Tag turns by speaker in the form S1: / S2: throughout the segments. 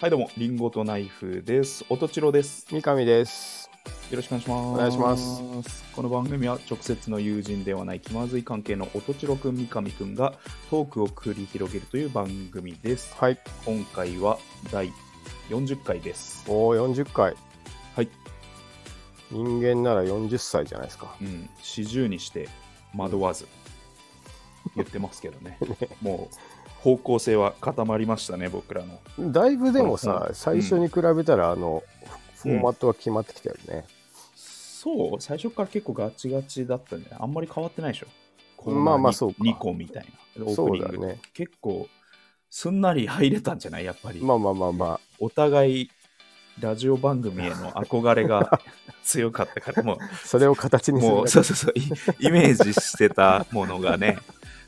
S1: はい、どうも、リンゴとナイフです。おとちろです。
S2: 三上です。
S1: よろしくお願いします。
S2: お願いします
S1: この番組は直接の友人ではない気まずい関係のおとちろくん、三上くんがトークを繰り広げるという番組です。
S2: はい。
S1: 今回は第40回です。
S2: もう40回。
S1: はい。
S2: 人間なら40歳じゃないですか。
S1: うん、四十にして惑わず言ってますけど ね。もう方向性は固まりましたね、僕らの。
S2: だいぶでも
S1: そう
S2: さ
S1: そ、う
S2: 最初に比べたら、あの、フォーマットは決まってきたよね。
S1: そう、最初から結構ガチガチだったね。あんまり変わってないでしょ。
S2: まあまあそうか
S1: 2個みたいな。オー
S2: そ
S1: プ
S2: う
S1: ニン
S2: だ
S1: グ、
S2: ね。
S1: 結構、すんなり入れたんじゃないやっぱり。
S2: まあまあまあま
S1: お互い、ラジオ番組への憧れ が強かったから、も
S2: あ、それを形
S1: う、
S2: にする
S1: も
S2: だ
S1: う、
S2: け。
S1: そうそうそう、イイメージしてたものが ね、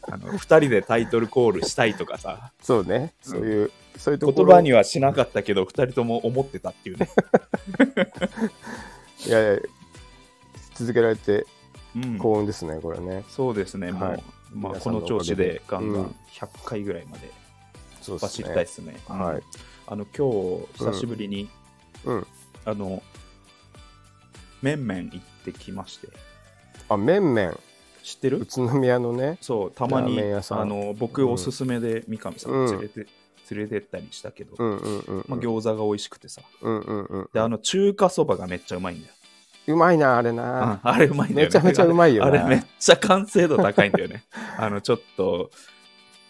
S1: あの2人でタイトルコールしたいとかさ、
S2: そうね。そういう、そういうとこ
S1: 言
S2: ろ。
S1: 葉にはしなかったけど、2人とも思ってたっていうね。
S2: いやいや、続けられて
S1: うん
S2: 幸運ですね、これね。
S1: そうですね、もう、
S2: はい
S1: まあ、
S2: 皆
S1: こ
S2: さんの
S1: の
S2: おか
S1: 調
S2: げで
S1: 子でガンガ
S2: う
S1: ン
S2: ん
S1: 100回ぐらいまで
S2: そうで
S1: 走
S2: す
S1: りたいで
S2: ね。
S1: すね。
S2: はい
S1: あの今日久しぶりに、
S2: うん。
S1: あのめんめん行ってきまして、
S2: あ、めんめん。
S1: 知って
S2: 宇
S1: る？
S2: 都宮のね。
S1: そうたま
S2: ラー
S1: に
S2: メン屋さん
S1: あの僕
S2: うん
S1: おすすめで三上さん
S2: うん
S1: 連れて、連れてったりしたけど、
S2: うんうんうんうん。
S1: まあ餃子が美味しくてさ、
S2: うんうんうん。
S1: であの中華そばがめっちゃうまいんだよ。
S2: うまいな、あれ
S1: あ
S2: な。
S1: あれうまいんだよね。
S2: めちゃめちゃうまいよ
S1: あれ
S2: な
S1: めっちゃ完成度高いんだよ ね。あのちょっと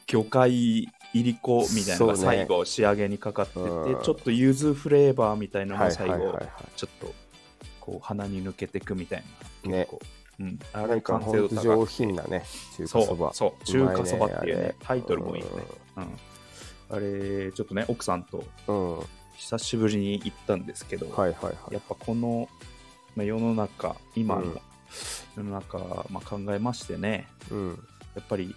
S1: 魚介いりこみたいなのが
S2: そうね
S1: 最後仕上げにかかってて、
S2: うん
S1: ちょっと柚子フレーバーみたいなの
S2: は
S1: が最
S2: いはい
S1: 後、
S2: はいはい。
S1: ちょっとこう鼻に抜けてくみたいな。
S2: ね
S1: 結構うん、あ
S2: な
S1: れ
S2: んか
S1: 完
S2: ほ
S1: 成
S2: ん
S1: 度
S2: と
S1: 高
S2: 上
S1: い。
S2: 品なね、中華そ
S1: そう
S2: ば。
S1: そう中華そばっていうねタイトルもいいよね。うんあれちょっとね奥さんと
S2: うん。はい
S1: 久しぶりに行ったんですけど、
S2: はいはい
S1: やっ。ぱこの、まあ、世の中、今の、
S2: うん
S1: 世の中、まあ、考えましてね、
S2: うん。
S1: やっぱり、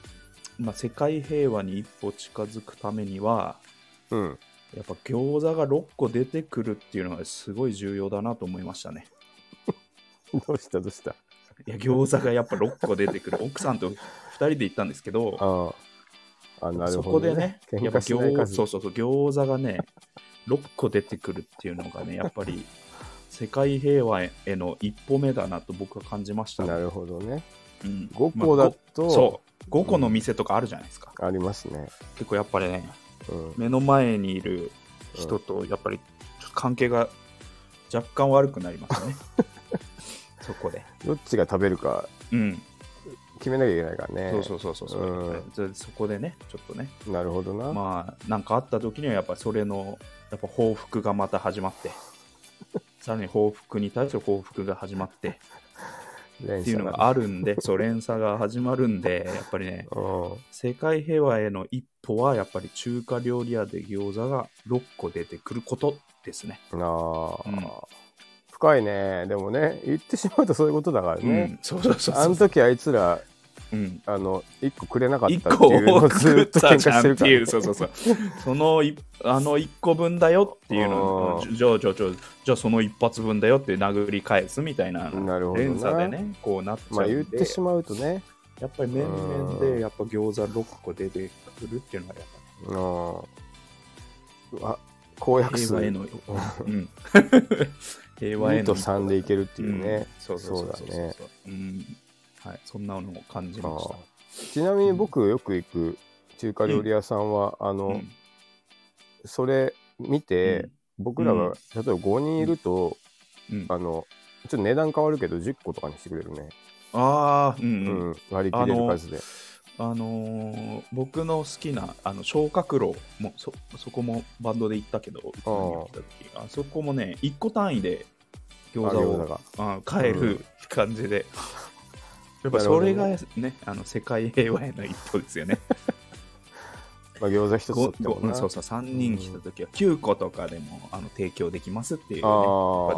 S1: まあ、世界平和に一歩近づくためには、
S2: うん。
S1: やっぱ餃子が6個出てくるっていうのがすごい重要だなと思いましたね。
S2: どうしたどうした
S1: いや、 餃子がやっぱ6個出てくる。奥さんと2人で行ったんですけど、
S2: ああ。あ、なる
S1: そ
S2: ほ
S1: こ
S2: ど、
S1: で
S2: ね
S1: ね。、
S2: 喧
S1: やっぱ
S2: 嘩しない
S1: 餃
S2: 数。
S1: そうそうそう餃子がね、6個出てくるっていうのがね、やっぱり世界平和への一歩目だなと僕は感じましたね
S2: なるほどね。
S1: うん
S2: 5個だ
S1: まあご
S2: と
S1: そ、う5個の店とかあるじゃないですか、
S2: ありますね。
S1: 結構やっぱりね
S2: うん。
S1: 目の前にいる人とやっぱりちょっと関係が若干悪くなりますね そこで
S2: どっちが食べるか
S1: うん、
S2: 決めなきゃいけないからね。
S1: そうそうそうそうそう
S2: うん
S1: そそこでねちょっとね
S2: なるほどな。
S1: まあなんかあった時にはやっぱそれのやっぱ報復がまた始ま ってさらに報復に対して報復が始まってっ
S2: って
S1: いうのがあるんでそう連鎖が始まるんでやっぱりね
S2: うん。
S1: 世界平和への一歩はやっぱり中華料理屋で餃子が6個出てくることですね。
S2: なあ、
S1: うん
S2: 深いね。でもね、言ってしまうとそういうことだから
S1: う
S2: ね。
S1: ん、そうそうそう
S2: あ
S1: そ
S2: の
S1: う。
S2: 時あいつら、
S1: うん
S2: あの、1個くれなかった
S1: 1
S2: って
S1: 個
S2: いうのを
S1: 多く
S2: ず
S1: 食
S2: っ
S1: っ
S2: と喧
S1: た
S2: 嘩
S1: じゃ
S2: して
S1: んっ
S2: るか
S1: て
S2: ら、
S1: いう、そうそうそう。そのい、あの1個分だよっていうのを、
S2: あー
S1: じゃあ、じゃあ、じゃあ、じゃあその一発分だよって殴り返すみたいな
S2: なるほどな
S1: 連鎖でね、こうなっちゃ
S2: まあ
S1: う
S2: 言っ
S1: んで
S2: て、しまうとね、
S1: やっぱり面々
S2: うん
S1: で、やっぱ餃子6個出てくるっていうのがやっぱ
S2: うん、うわ公約
S1: 平
S2: 数
S1: 和へ
S2: 2
S1: の、 うん、平和への
S2: と
S1: 一歩
S2: 3でいけるっていうね、
S1: んそうそうそうそう
S2: そうだね
S1: うんはい、そんなのを感じ
S2: あ
S1: ました
S2: ー。ちなみに僕よく行く中華料理屋さんは、あの、
S1: うん
S2: それ見て、僕ら
S1: うん
S2: が例えば5人いると、
S1: うんうん
S2: あのちょっと値段変わるけど10個とかにしてくれるね、
S1: ああ、う
S2: うん
S1: うん
S2: ん割り切れる数で、
S1: あのー僕の好きなあの昇格楼もそそこもバンドで行ったけど宇都宮に来た時あそこもね1個単位で餃子
S2: あ餃子
S1: を
S2: が
S1: あ買え
S2: う
S1: る感じ で、やっぱそれがねあの世界平和への一歩ですよね。
S2: まあ、餃子一つと
S1: ご
S2: っても
S1: ごう
S2: な、
S1: ん そうそう3人来た時は9個とかでもあの提供できますっていう、ね、やっ
S2: あ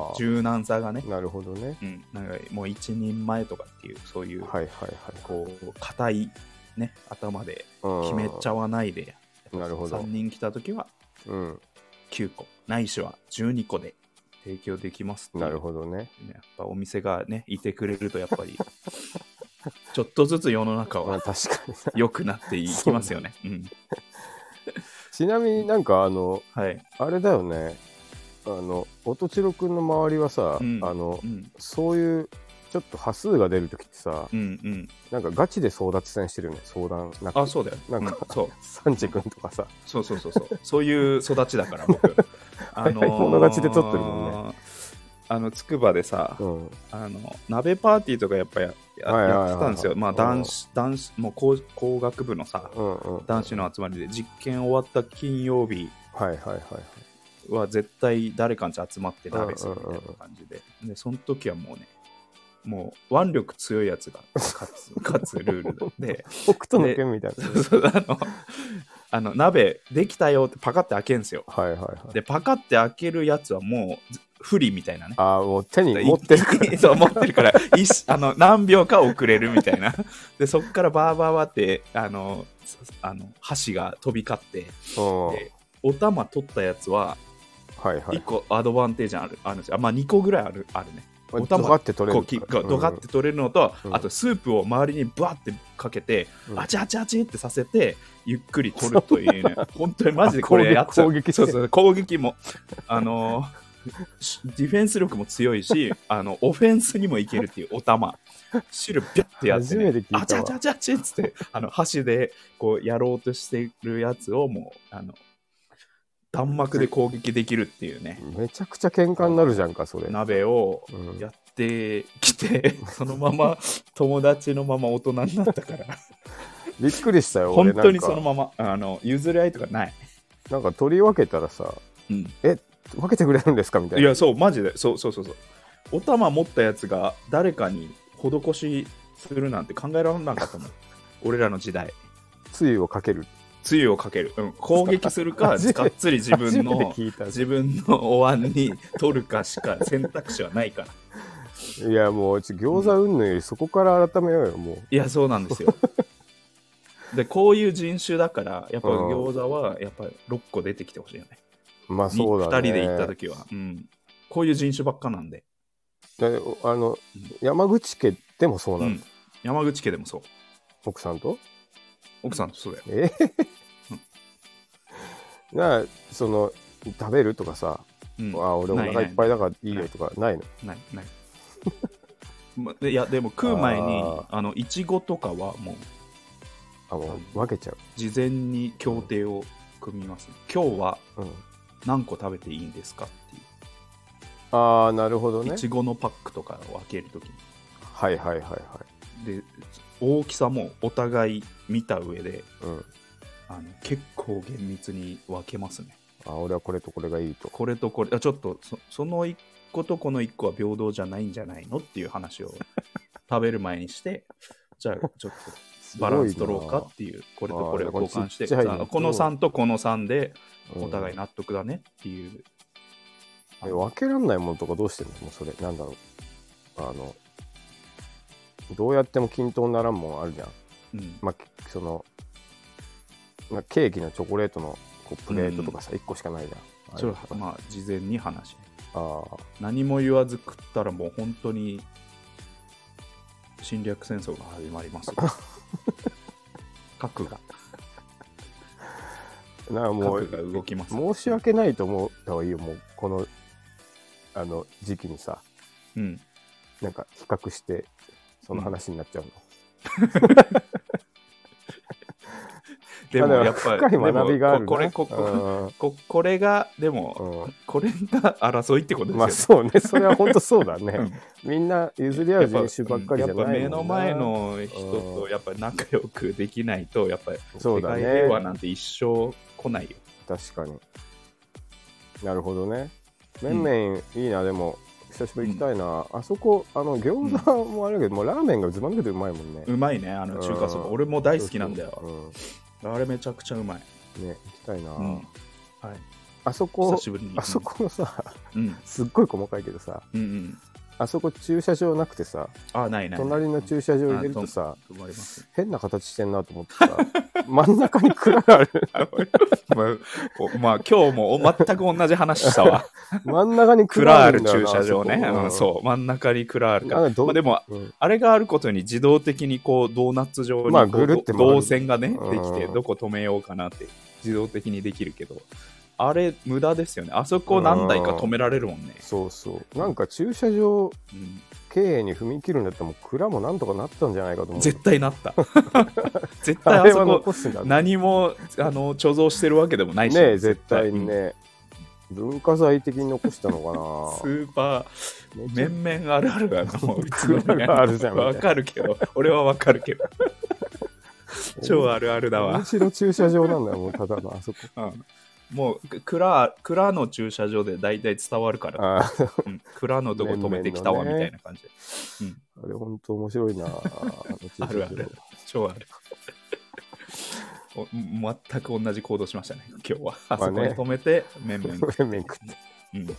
S1: ぱ
S2: あ
S1: 柔軟さがね、
S2: なるほどね
S1: うん、なんかもう一人前とかっていうそういう、
S2: はいはいはい
S1: こう硬い、ね、頭で
S2: うん
S1: 決めちゃわないで、
S2: なるほど
S1: 3人来た時は
S2: うん
S1: 9個ないしは12個で提供できますっていう
S2: なるほどね
S1: ねやっぱお店がねいてくれるとやっぱり ちょっとずつ世の中
S2: まあ
S1: は
S2: 確かに
S1: 良くなっていきますよね。うん、
S2: ちなみになんかあの
S1: はい。
S2: あれだよねあの音千代くんの周りはさ、
S1: うん
S2: あの
S1: うん。
S2: そういうちょっと端数が出るときってさ
S1: うんうん。
S2: なんかガチで争奪戦してるよね相談なんか
S1: あ、そうだよ。
S2: なんか
S1: うそう。
S2: サンチ君とかさ
S1: そうそうそうそう。そういう育ちだから、 僕。あ
S2: 早い者勝ちで撮ってるも
S1: ね。あの、つくばでさ、
S2: うん
S1: あの、鍋パーティーとかやっぱやや
S2: はいはいはいはい
S1: やってたんですよ。まあ、男子、男子、もう工工学部のさ、
S2: うんうん
S1: 男子の集まりで、実験終わった金曜日
S2: はいはいはいはい
S1: は絶対誰かんち集まって鍋するみたいな感じで。で、その時はもうね、もう腕力強いやつが勝つ勝つルール で、
S2: 北斗の拳みたいな
S1: そうそうあの、あの鍋できたよってパカって開けんすよ。
S2: はいはいはい
S1: で、パカって開けるやつはもうず不利みたいなね。
S2: ああもう手に持ってるから
S1: い そう持ってるから一しあの何秒か遅れるみたいなでそっからバーバーバーってあのそあの箸が飛び交って
S2: うんは
S1: でお玉取ったやつはい
S2: は
S1: 1
S2: い
S1: 個アドバンテージあるあるんですよ、まあ、2個ぐらいあるあるねお
S2: ド
S1: 玉
S2: カって取れ
S1: こう
S2: る
S1: きこうドカって取れるのと、
S2: うん
S1: あとスープを周りにバーってかけて、
S2: うん
S1: あちあちあちってさせてゆっくり取ると いうね本当にマジでこ
S2: あ
S1: れやっちゃう
S2: 攻撃
S1: そう
S2: 攻撃して
S1: そう攻撃もあのーしディフェンス力も強い しあのオフェンスにもいけるっていうお玉汁ビャッてやって、
S2: 初めて
S1: ね
S2: 聞い、たわ
S1: あちゃあちゃあちゃあちゃっつってあの箸でこうやろうとしてるやつをもうあの弾幕で攻撃できるっていうね
S2: めちゃくちゃ喧嘩になるじゃんかそれ
S1: 鍋を
S2: うん
S1: やってきて、 そのまま友達のまま大人になったから、
S2: びっくりしたよ 俺
S1: 本当に
S2: なんか
S1: そのまま、あの譲り合いとかない。
S2: なんか取り分けたらさ
S1: うん、
S2: 分けてくれるんですかみたい
S1: い
S2: な
S1: や、そう、マジで、そうそうそうそう。お玉持ったやつが誰かに施しするなんて考えられなかった もん、俺らの時代。
S2: つゆをかける
S1: つゆをかける、うん、攻撃するか、
S2: 初めて
S1: がっつり自分
S2: 初め
S1: の
S2: て。聞いた
S1: 自分のお椀に取るかしか選択肢はないから。
S2: いやもうちょ餃子うんぬよりそこから改めようよもう
S1: いや、そうなんです よ。で、こういう人種だから、やっぱ餃子は、やっぱり6個出てきてほしいよね。
S2: まあ
S1: に
S2: そう
S1: 2
S2: だ
S1: 人
S2: ね
S1: で行った時は、うん。こういう人種ばっかなんで。
S2: だあの
S1: うん
S2: 山口家でもそうな
S1: う
S2: の、
S1: ん。山口家でもそう。
S2: 奥さんと
S1: 奥さんとそうだよ。
S2: え なあその食べるとかさ、
S1: うん。
S2: あ俺お腹いっぱいだからいいよとかないの
S1: ないない。 までいや、でも食う前に
S2: あ、
S1: あの、いちごとかはもう、
S2: あもう分けちゃ
S1: 事前に協定を組みます、ね。今日は
S2: う、うん、
S1: 何個食べていいんですかっていう。
S2: ああなるほどね
S1: いちごのパックとかを開けるときに。
S2: はいはいはいはい
S1: で大きさもお互い見た上で
S2: うん
S1: あの結構厳密に分けますね
S2: あ俺はこれとこれがいいと
S1: これとこれあちょっとそその1個とこの1個は平等じゃないんじゃないのっていう話 を食べる前にしてじゃあちょっとバランス取ろうかっていうこれとこれを
S2: あー
S1: 交換して
S2: これちっちゃいの
S1: あの
S2: と
S1: この3とこの3でお互い
S2: な、
S1: 納得だねっていう、
S2: うんえ分けらんないものとかどうしてるのもうそれなんだろうあのどうやっても均等にならんもんあるじゃん
S1: うん
S2: まあ、きその、まあ、ケーキのチョコレートのこうプレートとかさ、1個しかないじゃん。
S1: それ
S2: あ
S1: は
S2: れ
S1: まあ事前に話し
S2: あ
S1: 何も言わず食ったらもう本当に侵略戦争が始まります よ核が
S2: ー、なんかも
S1: 核が
S2: う、
S1: 動きます
S2: 申し訳ないと思った方がいいよ、もう、この、あの、時期にさ、
S1: うん
S2: なんか比較して、その話になっちゃうの。
S1: でも
S2: まあ
S1: やっぱり
S2: 深い学びがあ
S1: で
S2: る
S1: もここれここここれがでも
S2: こ
S1: これが争いってこと
S2: まあ
S1: です
S2: そうね、それは本当そうだ
S1: よ
S2: ね。
S1: ね
S2: みんな譲り
S1: うん
S2: 合
S1: や
S2: う
S1: っぱ
S2: 人種ばっかりじゃない
S1: やっぱ目の
S2: もんな
S1: 前の人とやっぱ仲良くできないとやっぱり
S2: そう
S1: 世
S2: だ
S1: 界
S2: ね
S1: 平和なんて一生来ないよ
S2: 確かになるほどねめんめんいいな、でも久しぶり行きたいな、あそこあの餃子もあれだけど、もうラーメンがずば抜けてうまいもんね、
S1: うまいねあの中華そば
S2: うん
S1: 俺も大好きなんだよ
S2: よ、
S1: あれめちゃくちゃうまい
S2: うんね行きたいな、
S1: うんはい
S2: あそこ
S1: 久しぶりに
S2: あそこのさ
S1: うん
S2: すっごい細かいけどさ
S1: うんうん
S2: あそこ駐車場なくてさ
S1: あ、ないない。
S2: 隣の駐車場入れるとさ
S1: 止まります。
S2: 変な形してんなと思ってさ真ん中に蔵がある。
S1: まあ、おまあ今日も全く同じ話したわ。
S2: 真ん中に
S1: ク
S2: 蔵
S1: ラ
S2: あ
S1: ー
S2: る
S1: ル
S2: んだよ
S1: 駐
S2: な
S1: 車場ね。
S2: あそこ
S1: うん、そう。真ん中にクラールが。
S2: なんかど
S1: まあ、でも、
S2: うん
S1: あれがあることに自動的にこうドーナツ状に
S2: まあ
S1: こう
S2: ぐるって回る
S1: 動線がね、
S2: うん
S1: できて、どこ止めようかなって自動的にできるけど、あれ無駄ですよね。あそこ何台か止められるもんね。
S2: そうそう。なんか駐車場
S1: うん
S2: 経営に踏み切るんだったら、もう蔵もなんとかなったんじゃないかと思う。
S1: 絶対な った。絶対
S2: あ
S1: あ
S2: れ
S1: そ
S2: は
S1: こ
S2: 残すんだね
S1: 何もあの貯蔵してるわけでもないし。
S2: ねえ絶対に
S1: うん
S2: ね、文化財的に残したの
S1: ス
S2: か
S1: ーパ
S2: な
S1: ー、面々あるあるがもう、
S2: クラがあるじゃんみたいな
S1: わかるけど、俺はわかるけ ど、超あるあるだわ
S2: む。しろ駐車場なんだよもうただのあそこ
S1: うんもう、蔵、蔵の駐車場で大体伝わるから、
S2: ああ
S1: うん蔵のとこ止めてきたわ、みたい
S2: 面々のね
S1: な感じで。
S2: あれ本当面白いなあの駐車
S1: あるある。超ある。お全く同じ行動しましたね、今日は。あそこに止めて、面々。
S2: 場麺食っ
S1: うん
S2: て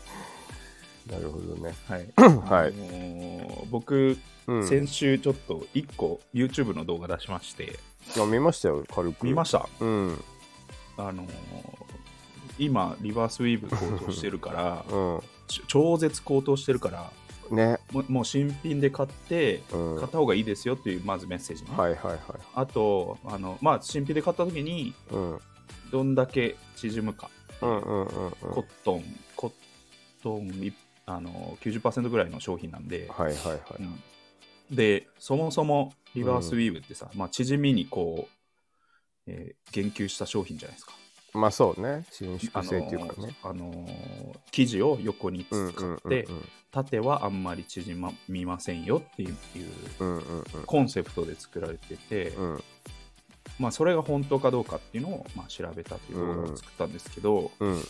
S2: なるほどね
S1: はい。
S2: はい
S1: あのー僕、
S2: うん
S1: 先週ちょっと1個 YouTube の動画出しまして、
S2: あ見ましたよ軽く
S1: 見ま
S2: し
S1: した
S2: たうん
S1: あのー今リバースウィーブ高騰してるから
S2: うん
S1: ちょ超絶高騰してるから
S2: ね
S1: もうもう新品で買って
S2: うん
S1: 買
S2: は
S1: った方がいいですよっていうまずメッセージね、
S2: いはいはい
S1: あとあの、まあ、新品で買った時に
S2: うん
S1: どんだけ縮むか、
S2: うんうんうんうん
S1: コットンコットンいあのー90%ぐらいの商品なんで、
S2: はいはいは
S1: う
S2: い
S1: んでそもそもリバースウィーブってさ、まあ、縮みにこう、えー言及した商品じゃないですか
S2: まあそうね伸
S1: あの
S2: 縮性っていうかね
S1: あのー生地を横に
S2: うん
S1: 使っ
S2: うん
S1: て、
S2: うんうん
S1: 縦はあんまり縮みませんよっていう
S2: うんうん
S1: コンセプトで作られてて、
S2: うんうん
S1: まあ、それが本当かどうかっていうのを、まあ、調べたっていう動画を作ったんですけど、
S2: うん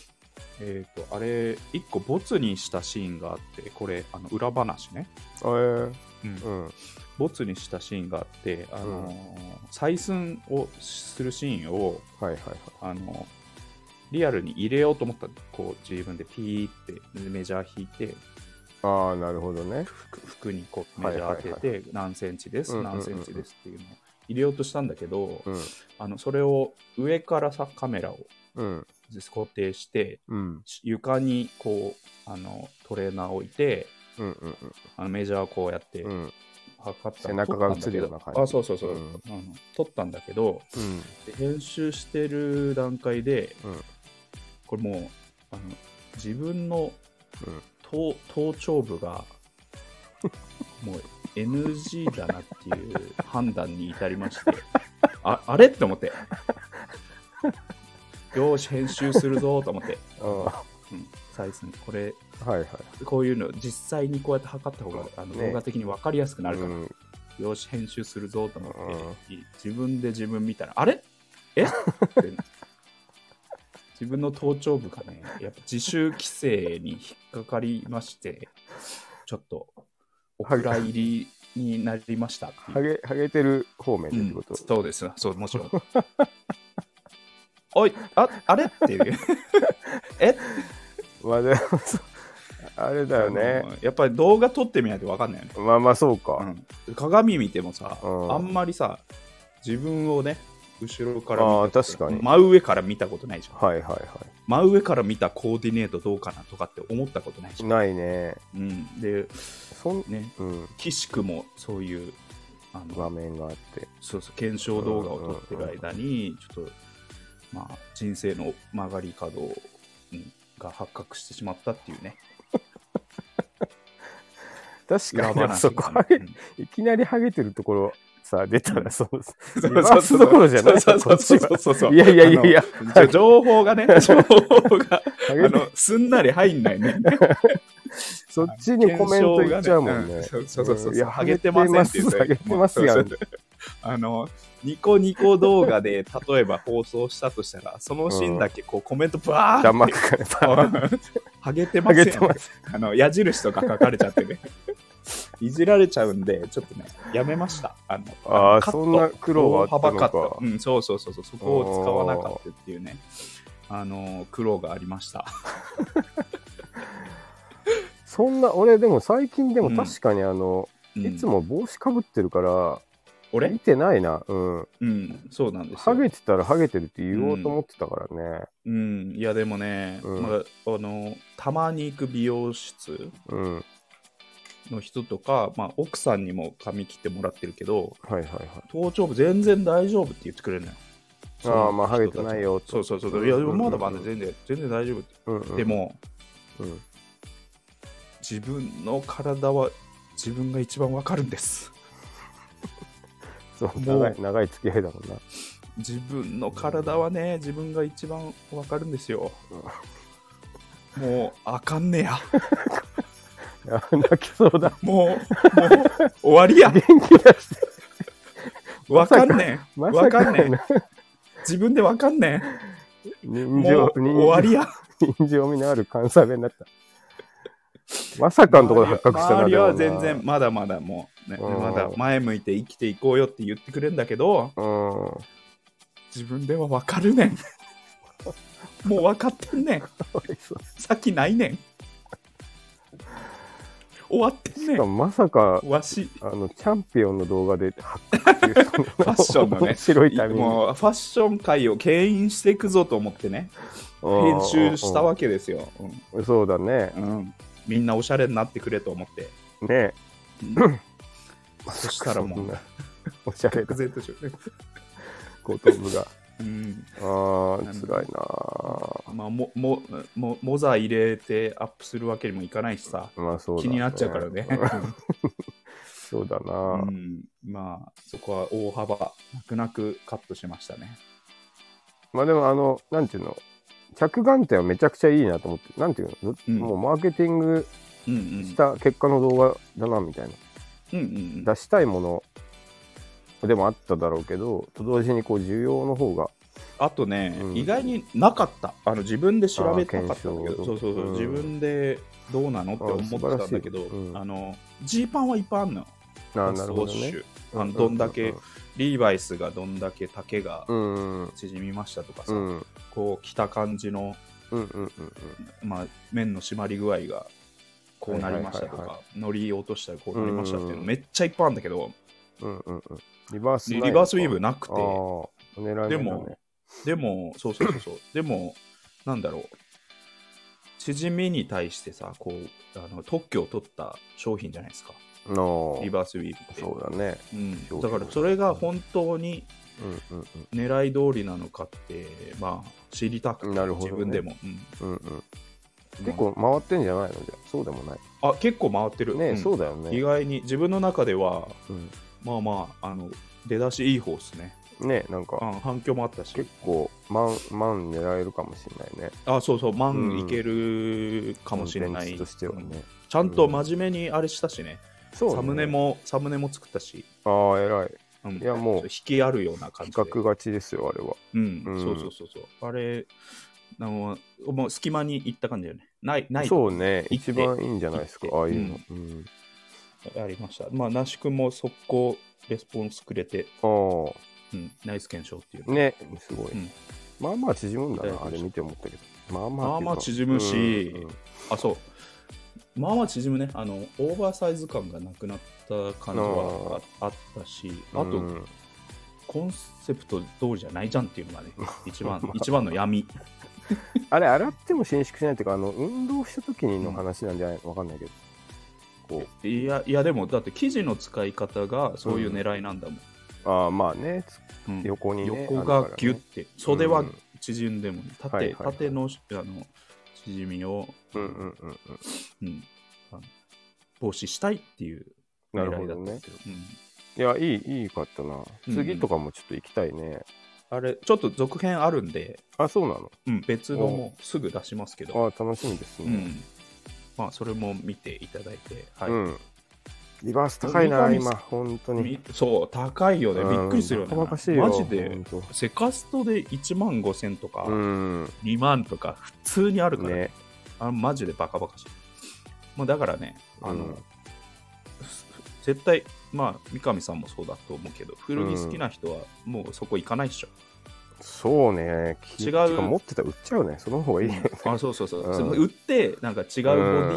S1: えー、とあれ1個ボツにしたシーンがあってこれあの裏話ね、
S2: あえー
S1: うん
S2: うん
S1: ボツにしたシーンがあって、あのー採寸をするシーンを、
S2: はいはいはい
S1: あのーリアルに入れようと思ったのこう自分でピーってメジャー引いて
S2: ああなるほどね
S1: 服服にこう
S2: は
S1: メ
S2: い
S1: ジ
S2: は
S1: ャ
S2: いはい
S1: ー当てて何センチです、
S2: うんうんうんうん
S1: 何センチですっていうのを入れようとしたんだけど、
S2: うん
S1: あのそれを上からさカメラを
S2: うん
S1: 固定して
S2: うん
S1: し床にこうあのトレーナーを置いて
S2: うんうん
S1: あのメジャーをこうやって
S2: うん
S1: 測った
S2: 背中が映るような感じ
S1: あそうそうそう、
S2: うん
S1: あの撮ったんだけど、
S2: うん
S1: で編集してる段階で、
S2: うん
S1: これもうあの自分の
S2: うん
S1: 頭頭頂部 がもう NG だなっていう判断に至りまして ああれって 思ってよーし編集するぞと思って、
S2: あは
S1: うん、サイズにこれ
S2: いはい
S1: こういうの実際にこうやって測った方があの
S2: ね
S1: 動画的に分かりやすくなるから、
S2: うん
S1: よし編集するぞと思って、自分で自分見たらあれえって 自分の頭頂部がねやっぱ自主規制に引っかかりましてちょっとお蔵入りになりましたって
S2: ハ
S1: いう
S2: ゲハゲてる方
S1: う
S2: 面でって
S1: ん
S2: こと、
S1: そうですそうもちろん おいああれっていう
S2: まあでもそうあれだよね
S1: やっぱり動画撮ってみないと分かんないよね、
S2: まあまあそうか、
S1: うん鏡見てもさ、
S2: うん
S1: あんまりさ自分をね後ろから見
S2: ああ
S1: た
S2: 確かに、
S1: 真上から見たことないじゃん。
S2: はいはいは
S1: 真上から見たコーディネートどうかなとかって思ったことない
S2: い
S1: じゃん。
S2: ないね
S1: うん、で、
S2: そん
S1: ね、
S2: うん
S1: 岸くもそういう、あの
S2: 場面があって
S1: そうそう検証動画を撮ってる間に、ちょっと、まあ、人生の曲がり角をうんが発覚してしまったっていうね、裏話がね
S2: 確かに そこハゲ
S1: うん
S2: いきなりハゲてるところさ出たらその
S1: そ
S2: リバースどころじゃない
S1: そうそうそうそうそうそう。
S2: いやいやいやいや
S1: あの。情報 がね、情報が、
S2: ハ
S1: あ
S2: ゲて
S1: の、すんなり入んないね。
S2: そっちにコメントいっちゃうもんね、
S1: 検証がそうそうそうそう。
S2: いや
S1: 上げてませんって言って
S2: 上げてますやん
S1: もうそうそうあの、ニコニコ動画で、例えば放送したとしたら、そのシーンだけこうコメントバー
S2: 弾
S1: って
S2: 幕からバーン
S1: ハゲてま
S2: ハ
S1: せん
S2: ゲてます
S1: あの、矢印とか書かれちゃってね。いじられちゃうんで、ちょっとね、やめました。あの、
S2: ああ
S1: カット
S2: そんな苦労はあ
S1: 大
S2: った
S1: 幅
S2: の
S1: カ
S2: か
S1: ット。うん、そうそうそうそう、そこを使わなかったっていうね、あの、苦労がありました。
S2: そんな俺でも最近で
S1: う
S2: も
S1: ん
S2: 確かにあの、
S1: うん
S2: いつも帽子かぶってるから、
S1: 俺
S2: 見てないな。うん。
S1: うん、そうなんです
S2: ハ
S1: よ。
S2: ゲてたらハゲてるって言おうと思ってたからね。
S1: うん、いやでもね、
S2: うん
S1: まあ、あのたまに行く美容室
S2: うん。
S1: の人とか、まあ、奥さんにも髪切ってもらってるけど
S2: はいはいはい。
S1: 頭頂部全然大丈夫って言ってくれるのよ。
S2: あー
S1: その
S2: まあハゲて
S1: 人たち
S2: ないよと
S1: そうそうそうう。
S2: ん
S1: いや、でもまだ
S2: うん
S1: まだ全然、全然大丈夫って。
S2: うんうん、
S1: で、も、
S2: うん、
S1: 自分の体は自分が一番わかるんです。
S2: そう
S1: もう
S2: 長い長い付き合いだもんな。
S1: 自分の体はね、自分が一番わかるんですよ。もう、あかんねや。
S2: あ泣きそうだ。
S1: もう、もう、終わり や。
S2: 元気出して。
S1: わかんねん。
S2: ま
S1: わ
S2: さ
S1: か
S2: か
S1: んねん
S2: の。
S1: 自分でわかんねん。
S2: 人
S1: も
S2: 情
S1: う、、終わりや。
S2: 人情人情味のある関西弁になった。まさかのところで発覚したな。
S1: 周りは
S2: でも
S1: 全
S2: な
S1: 然、。まだまだもう、ね、
S2: うん
S1: まだ前向いて生きていこうよって言ってくれるんだけど、
S2: うん。
S1: 自分では分かるね ん。もう分かってんねん。
S2: かわいそう
S1: 先ないねん。終わってんね
S2: しか
S1: ん。
S2: も まさか、
S1: わし、
S2: あの、チャンピオンの動画で発覚っていう、フ
S1: ァッションのね
S2: 面白いタイミング。
S1: もうファッション界を牽引していくぞと思ってね、
S2: うん
S1: 編集したわけですよ。うん
S2: うんそうだね。
S1: うんみんなおしゃれになってくれと思って。
S2: ね
S1: そしたらも
S2: そん
S1: う、
S2: なおしゃれ
S1: 愕
S2: な
S1: 然としよう。
S2: 後頭部が。
S1: うん
S2: あ
S1: あ
S2: あ、
S1: の
S2: つらいな
S1: まあ、もももモザ入れてアップするわけにもいかないしさ、
S2: まあそうだ、
S1: 気になっちゃうからね。
S2: そうだな、
S1: うん、まあそこは大幅泣く泣くカットしましたね
S2: まあでもあのなんていうの着眼点はめちゃくちゃいいなと思ってなんていうの、
S1: うん
S2: もうマーケティング
S1: うん
S2: した結果の動画だなみたいな、
S1: うんうん
S2: 出したいものでもあっただろうけどと同時にこう需要の方が
S1: あとね、
S2: うん
S1: 意外になかったあの自分で調べたかったんだけ
S2: あー
S1: ど
S2: 検証
S1: そうそうそう、
S2: うん
S1: 自分でどうなのって思ってたんだけ
S2: あ
S1: ど
S2: ー素晴らしいうん
S1: あのジーパンはいっぱいあんのよ
S2: ああ
S1: ラ
S2: な
S1: ス
S2: る
S1: ト
S2: ほ
S1: ウォ
S2: ど
S1: ッシ
S2: ね
S1: ュ
S2: う
S1: あ
S2: う
S1: の
S2: う
S1: どんだけリーバイスがどんだけ丈が
S2: うんうん
S1: 縮みましたとかさ、
S2: うんうん
S1: こう着た感じの、
S2: うんうん
S1: まあ、面の締まり具合がこうなりましたと
S2: はいはい
S1: か乗り落としたらこうなりましたっていう
S2: う
S1: の
S2: ん
S1: めっちゃいっぱいあるんだけど、
S2: うんうんうんリバース
S1: リリバースウィーブ
S2: な
S1: なく
S2: く
S1: て
S2: ああー狙い目だね
S1: でもでもそうそうそうそうでもなんだろう縮みに対してさこうあの特許を取った商品じゃないですか
S2: の
S1: リバースウィーブって
S2: そうだね
S1: う
S2: 商
S1: ん、
S2: 品
S1: だからそれが本当に
S2: うんうん
S1: 狙い通りなのかってまあ知りたくて
S2: なるほど
S1: 自
S2: ね
S1: 分でも、うん
S2: うんうん結構回ってんじゃないのじゃあそうでもない
S1: あ結構回ってる
S2: ね、
S1: うん
S2: そうだよね
S1: 意外に自分の中では
S2: うん
S1: まあまああの出だしいい方ですね、
S2: ねなん
S1: う
S2: か
S1: ん、反響もあったし
S2: 結構万万狙えるかもしれないね
S1: あそうそうマ
S2: うん
S1: ンいけるかもしれな
S2: コンテ
S1: い、
S2: ンツとしては
S1: うん
S2: ね
S1: ちゃんと真面目にあれしたしね、
S2: そうね
S1: サムネもサムネも作ったし、
S2: ああ偉い
S1: うん
S2: いやもう
S1: 引きあるような感じで
S2: 企画勝ちですよあれは
S1: うん、
S2: うん
S1: そうそうそうそうあれあのもう隙間に行った感じだよねないない
S2: そうね
S1: 行って
S2: 一番いいんじゃないです
S1: 行
S2: か
S1: って
S2: ああいうのうん
S1: ありましたまあ那須君も速攻レスポンスくれて、
S2: あ
S1: うん、ナイス検証っていう
S2: あ
S1: の、
S2: ねすごい
S1: うん
S2: まあまあ縮むんだ
S1: いただき
S2: な
S1: ま
S2: あ
S1: した
S2: れ見て思ったけどまあまあ
S1: まあまあ縮むしあそうまあまあ縮むねあのオーバーサイズ感がなくなった感じはああったしあと、
S2: と
S1: コンセプト通りじゃないじゃんっていうの がね一番一番の闇
S2: あれ洗っても伸縮しないっていうかあの運動した時にの話なんじゃないわかんないけどこ
S1: いやいやでもだって生地の使い方がそういう狙いなんだもん、
S2: うああまあねつ
S1: うん
S2: 横にね
S1: 横がギュッて、袖は
S2: うん
S1: 縮んでも、縦,、
S2: はいはいはい
S1: 縦のあの縮みを、
S2: うんうんうんうん
S1: うんあの防止したいっていう
S2: な
S1: 狙
S2: るほ
S1: いだ
S2: ど
S1: っ
S2: ね
S1: たけど、うん
S2: いや、いい、いいかったな。
S1: うん
S2: 次とかもちょっと行きたいね。
S1: あれちょっと続編あるんで、
S2: あ、そうなの。
S1: うん別のもすぐ出しますけど、
S2: あ、楽しみです
S1: う
S2: ね。
S1: んまあ、それも見ていただいて、は
S2: う
S1: い
S2: ん。リバース高いな、
S1: 三上
S2: 今、本当に。
S1: みそう高いよね
S2: うん
S1: びっくりするよね、
S2: バカバカしいよ
S1: マジで
S2: 本当
S1: セカストで1万5000とか、
S2: うん。
S1: 2万とか普通にあるからね
S2: ね。
S1: あれマジでバカバカしい。もうだからね、あの、
S2: うん
S1: す絶対、まあ、三上さんもそうだと思うけど、古着好きな人はもうそこ行かない っしょ。
S2: そうね。き
S1: 違う
S2: てか持ってたら売っちゃうね。その方がいいね。
S1: あそうそうそう。
S2: うん
S1: その売って、なんか違うボデ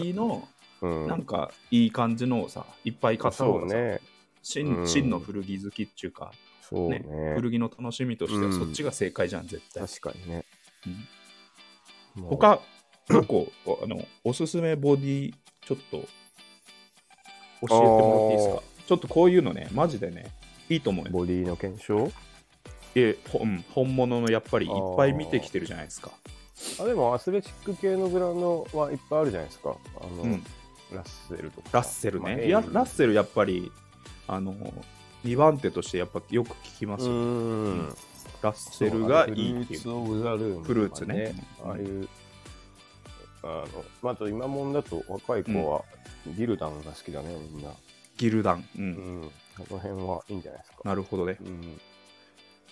S1: ィの、
S2: うん。
S1: なんかいい感じのをさ、いっぱい買った
S2: そ
S1: 方
S2: う
S1: がさ、
S2: ね。
S1: 真,、
S2: うん
S1: 真の古着好きっていうか、
S2: そうね
S1: ね古着の楽しみとして
S2: う
S1: は
S2: ん
S1: そっちが正解じゃん、絶対。
S2: 確かにね、もう
S1: 他、どこ、あの、おすすめボディ、ちょっと、教えてもらっていいですかちょっとこういうのね、マジでね、いいと思うよ。
S2: ボディの検証
S1: えほうん本物のやっぱりいっぱい見てきてるじゃないですか。
S2: あでもアスレチック系のブランドはいっぱいあるじゃないですかあの、
S1: うん、
S2: ラッセルとか
S1: ラッセル
S2: まあ
S1: ね。いや、
S2: エイミー
S1: ラッセルやっぱり、あの、2番手としてやっぱよく聞きますよ、
S2: うん
S1: ラッセルがいいってい
S2: フルー
S1: う
S2: ツ・。オブ・ザ・ルーム、
S1: フルーツね
S2: ああいう、あの、まあ、あと今もんだと若い子はギルダンが好きだね、みんな。
S1: ギルダン。う。
S2: うんん。この辺はいいんじゃないですか。
S1: なるほどね。
S2: うん。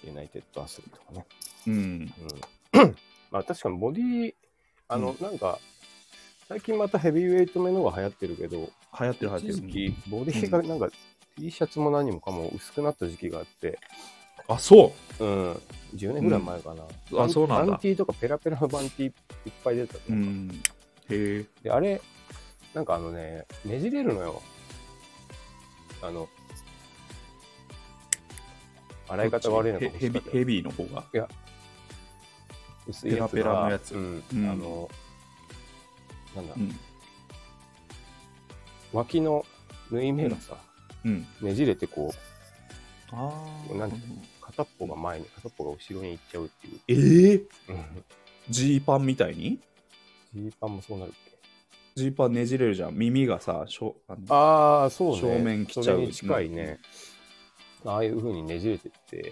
S2: ユナイテッド・アスリーとかね。
S1: うん。
S2: うん。まあ確かにボディ、あの、なんか、最近またヘビーウェイトめのが流行ってるけど、
S1: 流行ってる流行って
S2: 一
S1: る。
S2: 時期ボディがなんか T シャツも何もかも薄くなった時期があって、
S1: あ、そ
S2: うん、10年ぐらい前かな、
S1: うんあそうなんだ
S2: バンティーとかペラペラのバンティーいっぱい出た、
S1: う。うん。へえ。
S2: であれなんかあのねねじれるのよあの洗い方悪いのか
S1: ヘ
S2: もし
S1: ヘ
S2: れな
S1: ビ
S2: い
S1: ヘビーの方が。
S2: 薄いやつが
S1: ペラペラのやつ
S2: うん
S1: うん
S2: あのなんだ、
S1: うん。
S2: 脇の縫い目がさ、
S1: うん。
S2: ねじれてこ
S1: あ
S2: なんてう片っぽが前に片っぽが後ろに行っちゃうっていう
S1: えー
S2: うん
S1: ジーパンみたいに
S2: ジー、パンもそうなるっけ
S1: ジーパンねじれるじゃん。耳がさ、しょあの
S2: ああ、そうね。
S1: 正面来ちゃう
S2: それに近いね。ああいう風にねじれてって、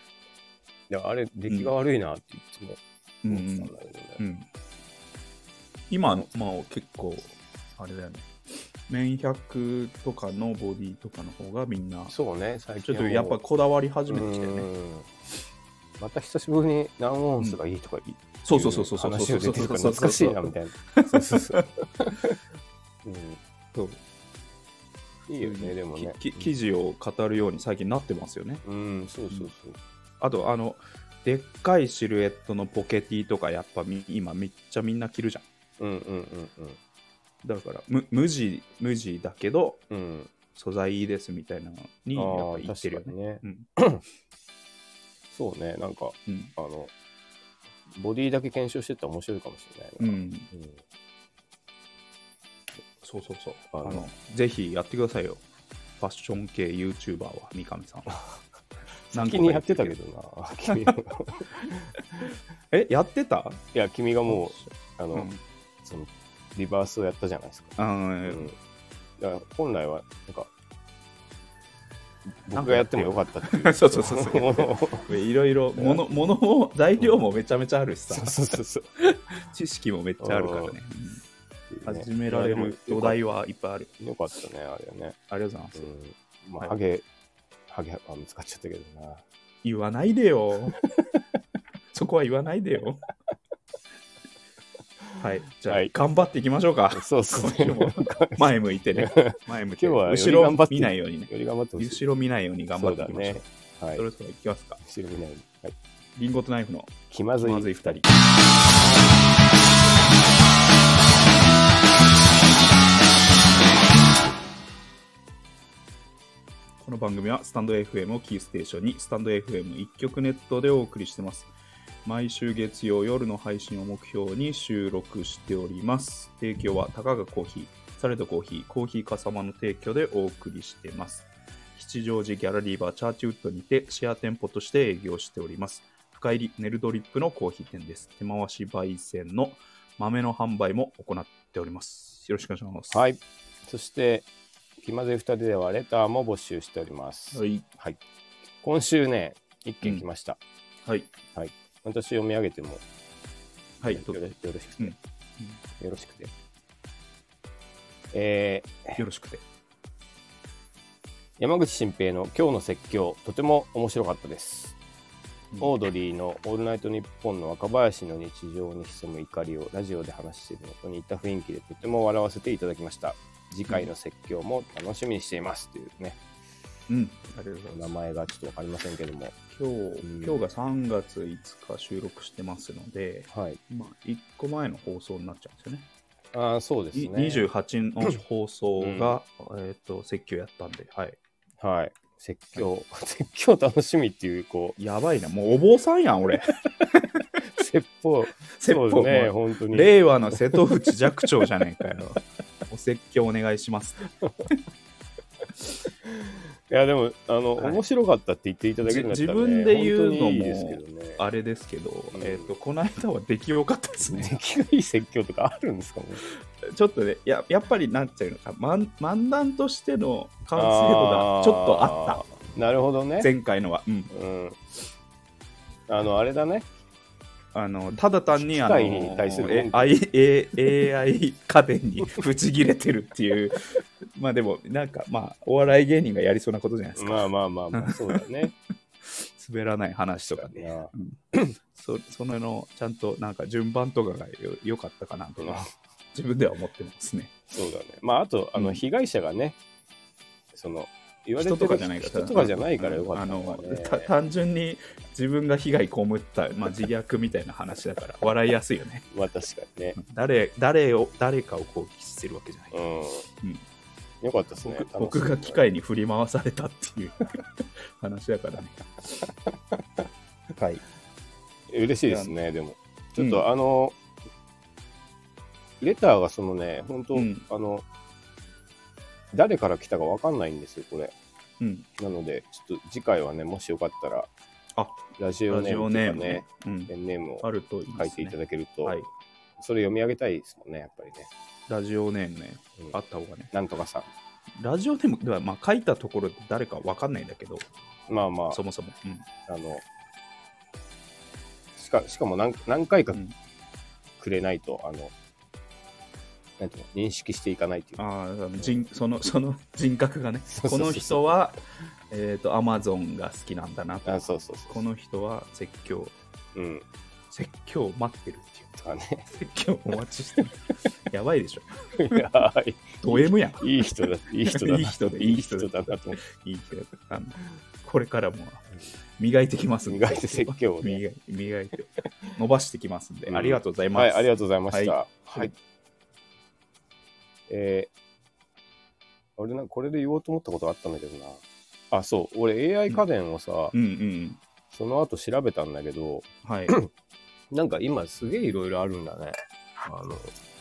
S2: いやあれ、出来が悪いなっていつも
S1: う
S2: 思
S1: ん
S2: っ
S1: う
S2: てたん
S1: ん
S2: だけどね。
S1: うん、今の、まあ、結構あれだよね綿100とかのボディとかの方がみんなち
S2: そうね、最
S1: ょ
S2: 近
S1: っ
S2: は
S1: と
S2: もう。
S1: やっぱこだわり始めてきて
S2: う
S1: ね
S2: んまた久しぶりに何オンスがいいとか言って、
S1: そうそうそうそうそう
S2: 話
S1: そ
S2: を
S1: う
S2: 出
S1: そうそ
S2: てる
S1: う
S2: から
S1: そう
S2: 懐
S1: そう
S2: かしいなみたいな。そうそうそう。 うん、いいよね、でもね。
S1: きき記事を語るように最近なってますよね
S2: うん、そうそうそう。
S1: あとあのでっかいシルエットのポケティとかやっぱみ今めっちゃみんな着るじゃん
S2: うんうんうん
S1: だからむ無地無地だけど
S2: うん。うん。
S1: 素材いいですみたいなのにやっぱ
S2: あ
S1: 言
S2: あ、
S1: ってる
S2: 確
S1: よ
S2: か
S1: ね
S2: にね
S1: う。
S2: そうね、なんか、
S1: うん
S2: あの、ボディだけ検証してったら面白いかもしれない
S1: うん、
S2: な。うん
S1: そうそうそう。
S2: あ
S1: あ
S2: の
S1: のぜひやってくださいよ。ファッション系 YouTuber は三上さん。何個
S2: 先
S1: か
S2: にやってたけどな。君が
S1: え、やってた
S2: いや、 君がもう、あの、
S1: うん、
S2: その、リバースをやったじゃないですか。
S1: うん
S2: うんだから本来は、なんか、
S1: なん
S2: 僕
S1: か
S2: が
S1: や
S2: や
S1: っ
S2: って
S1: て
S2: も
S1: よ
S2: よかったってい う。
S1: そうそうそうそう
S2: も のを
S1: いろいろ、もの、ものも、材料もめちゃめちゃあるしさ
S2: そ、うそうそうそう。
S1: 知識もめっちゃあるからね。うん始められる土
S2: よ
S1: 台はいっぱいある。
S2: かよかったね、あれね。
S1: ありがとうございます。
S2: うん。ま
S1: は
S2: あ、
S1: い
S2: ハゲ、ハゲは見つかっちゃったけどな。
S1: 言わないでよ。 そこは言わないで よ。はい。じゃあ、
S2: はい
S1: 頑張っていきましょうか。
S2: そうそう、
S1: 今
S2: ね。
S1: 週も前向いて ね。前向いて。
S2: 今日はより
S1: 後ろ
S2: 頑張って
S1: 見ないようにね。
S2: より頑張ってほしい。
S1: 後ろ見ないように頑張っていきましょう。そ
S2: そうだね。はい。
S1: れそれいきますか。
S2: 後ろ見ないように。はい。
S1: リンゴとナイフの
S2: 気まずい。
S1: まずい二人。この番組はスタンド FM をキーステーションにスタンド FM 一曲ネットでお送りしてます。毎週月曜夜の配信を目標に収録しております。提供はたかがコーヒー、サレドコーヒー、コーヒーかさまの提供でお送りしてます。吉祥寺ギャラリーバーチャーチウッドにてシェア店舗として営業しております。深入りネルドリップのコーヒー店です。手回し焙煎の豆の販売も行っております。よろしくお願いします。
S2: はい。そして、気まずい2人ではレターも募集しております。
S1: はい。
S2: 今週ね、1件来ました。
S1: はい。
S2: 私読み上げても、
S1: はい。
S2: よ
S1: どうぞよ
S2: ろよろしくて、
S1: うん
S2: よろしくて。え
S1: ろしくて。
S2: ー山口新平の今日の説教、とても面白かったです。オードリーの「オールナイトニッポン」の若林の日常に潜む怒りをラジオで話しているのと似た雰囲気でとても笑わせていただきました次回の説教も楽しみにしていますというね
S1: うん。ありがとうござ
S2: 名
S1: います。
S2: 前がちょっと分かりませんけども
S1: 今
S2: うん
S1: 日、今日が3月5日収録してますので、
S2: はい
S1: まあ、1個前の放送になっちゃうんですよね。
S2: ああそうです
S1: い
S2: ね
S1: 28の放送が、えっと、説教やったんで、はい。
S2: はい説教、説教楽しみっていう、こ
S1: やばいな、もうお坊さんやん、 俺。
S2: う、 説法、
S1: 説法
S2: そうですね、
S1: も
S2: 本当
S1: う
S2: に。
S1: 令和の瀬戸内寂聴じゃねえか よ。お説教お願いします。
S2: いや、でも、あの、
S1: はい
S2: 面白かったって言っていただけるんだったら、ね、
S1: じ自分で言うのも
S2: 本当にいいですけどね。
S1: あれですけど、
S2: うん
S1: えっ、と、この間は出来よかったですね。
S2: 出来がいい説教とかあるんですかも
S1: ちょっとね、ややっぱりなんていうのか、漫漫談としての完成度がちょっとあっ
S2: った。なるほどね
S1: た、。前回のは。うん
S2: うん。あの、あれだね。
S1: あのただ単にあの
S2: 機械に対する
S1: え I A- AI 家電に ぶち切れてるっていうまあでもなんかまあお笑い芸人がやりそうなことじゃないですか
S2: まあまあまあま あ、そうだね。
S1: 滑らない話とかね
S2: なあ
S1: そそののちゃんとなんか順番とかがよ良かったかなと
S2: うん
S1: か自分では思ってますね
S2: そうだね。まあ、あと、あ
S1: う
S2: の、
S1: ん
S2: 被害者がね、その、言われて
S1: 人
S2: る
S1: とかじゃないから
S2: 人とかじゃないからよかった
S1: あ
S2: の
S1: の
S2: かね
S1: た単純に自分が被害被った、まあ、自虐みたいな話だから笑いやすいよね
S2: まあ、確かにね。
S1: 誰誰を誰かを攻撃してるわけじゃない
S2: うん
S1: ん。
S2: よかったです
S1: 僕
S2: ね。楽しみ
S1: 僕が機械に振り回されたっていう 話だからね。はい。
S2: 嬉しいですね、でも。ちょっ
S1: う
S2: と、あの、レターがそのね、本当、
S1: うん
S2: あの、誰から来たかわかんないんですよ、これ。
S1: うん。
S2: なので、ちょっと次回はね、もしよかったら、
S1: あ
S2: ラジオ
S1: ラ
S2: ネ
S1: ジ
S2: ー
S1: オ
S2: ム
S1: ネー
S2: とか
S1: ム
S2: ね
S1: ね、。うん
S2: ペンネームを
S1: あるといい
S2: 書
S1: で
S2: い
S1: す
S2: ていた
S1: ね。
S2: だけると、
S1: はい。
S2: それ読み上げたいですもんね、やっぱりね。
S1: ラジオネームね。
S2: うん
S1: あった方がね。
S2: なんとかさ
S1: ラジオネームでは、まあ、書いたところで誰かわかんないんだけど、
S2: ん。まあまあ、
S1: そもそも。うん。
S2: あの、しかしかも何何回か
S1: うん
S2: くれないと、あの、なんていうの、認識していかないというか。
S1: ああ、人その、その人格がね
S2: そ、うそうそう
S1: この人は、えっ、と、アマゾンが好きなんだなと。
S2: あそうそうそう。
S1: この人は説教、
S2: うん。
S1: 説教を待ってるっていう。
S2: とかね。
S1: 説教お待ちしてる。 やばいでしょ。
S2: いや
S1: ド M やん。
S2: いい人だ、いい人だな。
S1: いい人だ
S2: いい人だなと思って。
S1: いいけど、あのこれからも磨いてきますんで
S2: 磨いて説教をね
S1: 磨い磨いて、伸ばしてきますんで、
S2: うん
S1: ありがとうございます。
S2: はい、ありがとうございました。は。
S1: はい
S2: えー、俺なんかこれで言おうと思ったことがあったんだけどな。あ、そう。俺 AI 家電をさ、
S1: うんうん
S2: その後調べたんだけど、
S1: うん。はい。
S2: なんか今すげえいろいろあるんだね。あの、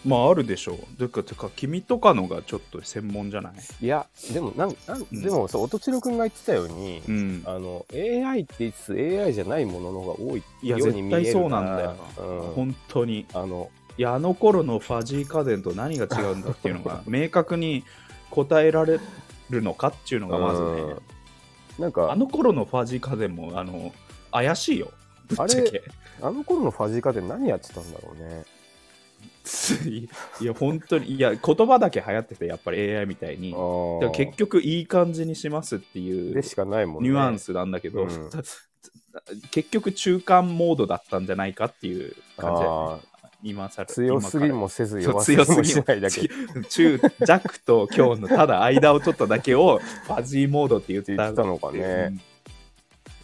S1: まあ、あるでしょう。てか、てか、君とかのがちょっと専門じゃない
S2: いや、でも、なん、なん
S1: うん
S2: でもさ、音千代くんが言ってたように、
S1: うん。
S2: あの、AI って言いつつ AI じゃないものの方が多い
S1: いや、
S2: ように
S1: 絶
S2: 見える
S1: 対そうなんだよ。
S2: うん
S1: 本当に。
S2: あの、
S1: いや、あの頃のファジー家電と何が違うんだっていうの が、明確に答えられるのかっていうのが、まずね。
S2: うんなんか
S1: あの頃のファジー家電も、あの、怪しいよ。ぶっちゃ
S2: あ
S1: け
S2: れ。あの頃のファジーカって何やってたんだろうね。
S1: いや本当にいや言葉だけ流行っててやっぱり AI みたいにだから結局いい感じにしますっていう
S2: でしかないもんね。
S1: ニュアンスなんだけど、
S2: うん
S1: 結局中間モードだったんじゃないかっていう感じで
S2: あ
S1: 今さ
S2: ー強すぎもせず弱すぎ
S1: そう強すぎ
S2: も
S1: も
S2: しないだけ。
S1: 中弱と強のただ間を取っただけをファジーモードって言って
S2: 言ったてたのかね
S1: うん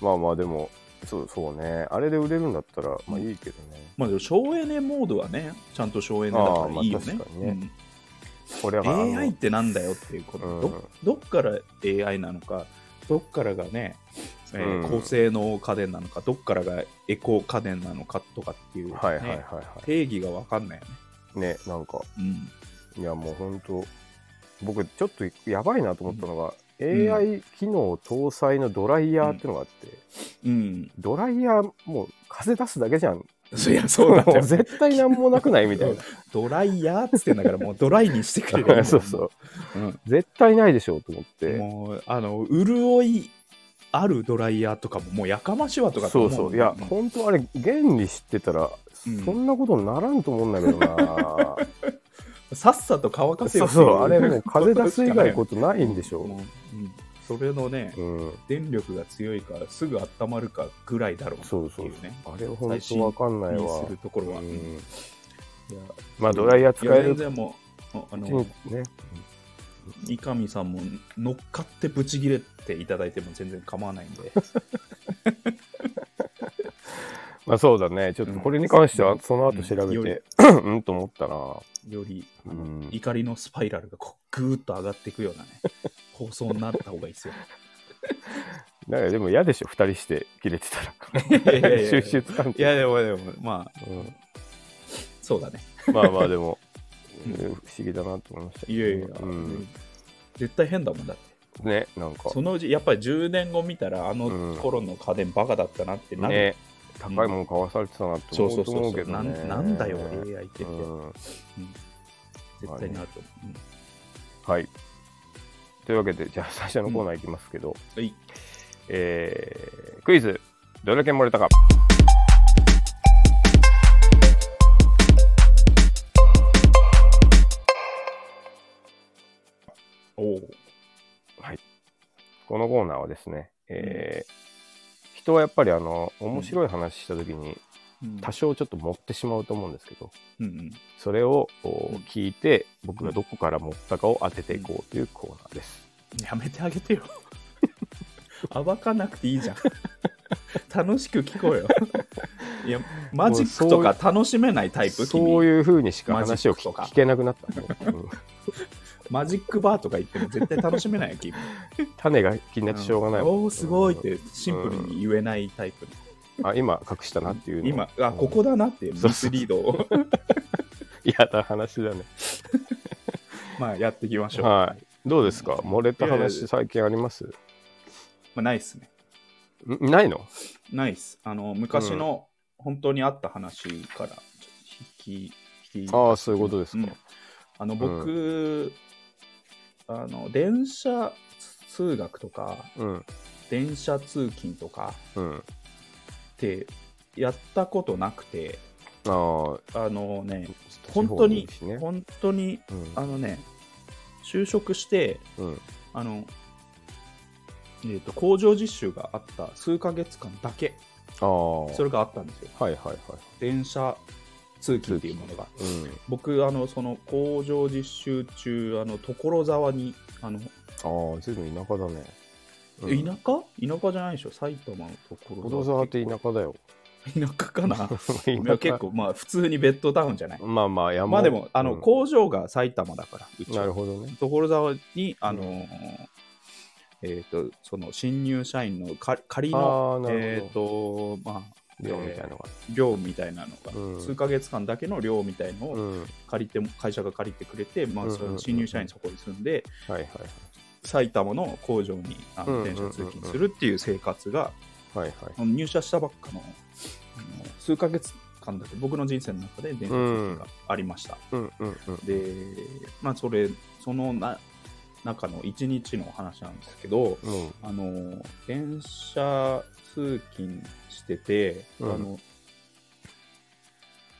S2: まあまあでも、そうそうね。あれで売れるんだったら、まあいいけどね。
S1: まあでも省エネモードはねちゃんと省エネだからいいよね,う
S2: あー
S1: ん、
S2: まあ確かにねこれはあの
S1: AI ってなんだよっていうこと、
S2: うん
S1: どどっから AI なのかどっからがね、えー
S2: うん
S1: 高性能家電なのかどっからがエコ家電なのかとかっていう、ね
S2: はいはいはいは
S1: 定義が分かんないよね、
S2: い。ね、なんか、
S1: うん、
S2: いやもう本当僕ちょっとやばいなと思ったのが、
S1: ん
S2: AI 機能搭載のドライヤーってのがあって、
S1: うん
S2: ドライヤーもう風出すだけじゃん。
S1: そりゃそうなんだ
S2: もう
S1: よ
S2: 絶対なんもなくないみ たいな。
S1: ドライヤーっつってんだからもうドライにしてくれ る
S2: そうそ
S1: う
S2: う。
S1: ん
S2: 絶対ないでしょうと思って。
S1: もうあの潤いあるドライヤーとかももうやかましいわとかと
S2: そ
S1: 思
S2: うそうう。いや、
S1: ん
S2: 本当あれ、原理知ってたら、
S1: うん
S2: そんなことにならんと思うんだけ どな。
S1: さっさと乾かせよ
S2: そう
S1: ってい
S2: そう。あれもう風出す以外ことな
S1: ない
S2: んでしょ
S1: うんうんそれのね、
S2: う。うん。
S1: 電力が強いからすぐ温まるかぐらいだろうってい
S2: そうそう
S1: うね。
S2: あれは本当わかんない
S1: に
S2: わ
S1: す。るところは。
S2: う
S1: い
S2: ん
S1: や
S2: まあ、ドライヤー使え
S1: いや全
S2: る
S1: 然もう、ああ
S2: うち
S1: の、
S2: にね。
S1: 三上さんも乗っかってブチ切れていただいても全然構わないんで。
S2: まあ、そうだね。ちょっとこれに関しては、その後調
S1: うん
S2: べ
S1: より
S2: て、うん、と思ったな。
S1: より、あ
S2: う
S1: の
S2: ん
S1: 怒りのスパイラルがこうぐーっと上がっていくようなね、放送になった方がいいですよ。
S2: なんかでも嫌でしょ、二人して切れてた
S1: いやいやい
S2: ら。
S1: や
S2: 収集つかん
S1: いや、でも、でも、まあ、
S2: うん
S1: そうだね。
S2: まあまあ、でも、
S1: うん
S2: うん不思議だなと思いましたけ
S1: い
S2: ど。
S1: やいや、
S2: うん
S1: 絶対変だもんだって。
S2: ね、なんか、
S1: そのうち、やっぱり10年後見たら、あの頃の家電バカだったなってなる。
S2: ね、
S1: 高
S2: 高いもの買わされてたなって
S1: そう
S2: 思
S1: そうう
S2: と
S1: そ
S2: 思う
S1: うそ
S2: け
S1: う、な
S2: ど
S1: ん
S2: ね。
S1: なんだよ、AI ってって、
S2: うん
S1: 絶対になると思う。うん
S2: はい。というわけで、じゃあ最初のコーナーいきますけど、
S1: はい、
S2: えークイズ、どれだけ漏れたか。
S1: おお、
S2: このコーナーはですね、えー人はやっぱりあの面白い話した時に
S1: うん
S2: 多少ちょっと持ってしまうと思うんですけど、
S1: うんうん、
S2: それをこう
S1: うん
S2: 聞いて僕がどこから持ったかを当てていこうというコーナーです。
S1: やめてあげ てよ。暴かなくていいじゃん。 楽しく聞こうよ。いや、マジックとか楽しめないタイプ、
S2: そう
S1: う
S2: いうふうにしか話を
S1: マジックと
S2: 聞
S1: か
S2: 聞けなくなったの、うん
S1: マジックバーとか行っても絶対楽しめない よ、君。
S2: 種が気になってしょうがないもん
S1: おお、すごいっ、てシンプルに言えないタイプ。
S2: うんあ今隠したなっていうの
S1: 今、あ、ここだなってミスリードを
S2: 嫌な話だね
S1: まあやっていきましょう。
S2: はいどうですか漏れた
S1: いやいや
S2: 話最近あります
S1: まあ、ないっすね。
S2: んないの
S1: ないっす。あの、昔の本当にあった話からちょっと引き、引き
S2: ああそういうことですか、
S1: んあの僕、あの電車通学とか
S2: うん
S1: 電車通勤とか
S2: うん
S1: ってやったことなくて
S2: あ
S1: あのね
S2: あ
S1: 本当に
S2: 地方多いしね
S1: 本当に
S2: うん
S1: あのね就職して
S2: うん
S1: あの、えー、と工場実習があった数ヶ月間だけ
S2: ああ
S1: それがあったんですよ
S2: はいはいはい
S1: 電車通勤っていうものが
S2: うん
S1: 僕あのその工場実習中あの所沢にあの
S2: ああ随分田舎だね、
S1: え
S2: 舎
S1: 田舎田舎じゃないでしょ埼玉のところ
S2: 小沢って田舎だよ
S1: 田舎かな
S2: 田
S1: い
S2: 舎
S1: や結構まあ普通にベッドタウンじゃない
S2: まあまあ山
S1: まあでもあの、
S2: うん
S1: 工場が埼玉だからうち
S2: なる
S1: は
S2: ほどね
S1: 所沢にあのーえっ、とその新入社員のか仮の
S2: ああな
S1: え
S2: る
S1: っ、
S2: ほど
S1: とまあ
S2: 寮みたいなのが、
S1: 寮みたいなのが、
S2: うん
S1: 数ヶ月間だけの寮みたいの
S2: う
S1: を
S2: んはい
S1: 借りても会社が借りてくれて、まあ、
S2: うんうん
S1: その新入社員そこに住んで、
S2: はいはい
S1: 埼玉の工場にあ
S2: うん
S1: の
S2: うんうん
S1: 電車通勤するっていう生活が
S2: はいはい
S1: あの入社したばっかのあの数ヶ月間だけ僕の人生の中で電車通勤がありました、
S2: うんうんうん
S1: でまあそれそのな中の1日の話なんですけど
S2: うん
S1: あの電車通勤してて、
S2: うん
S1: あの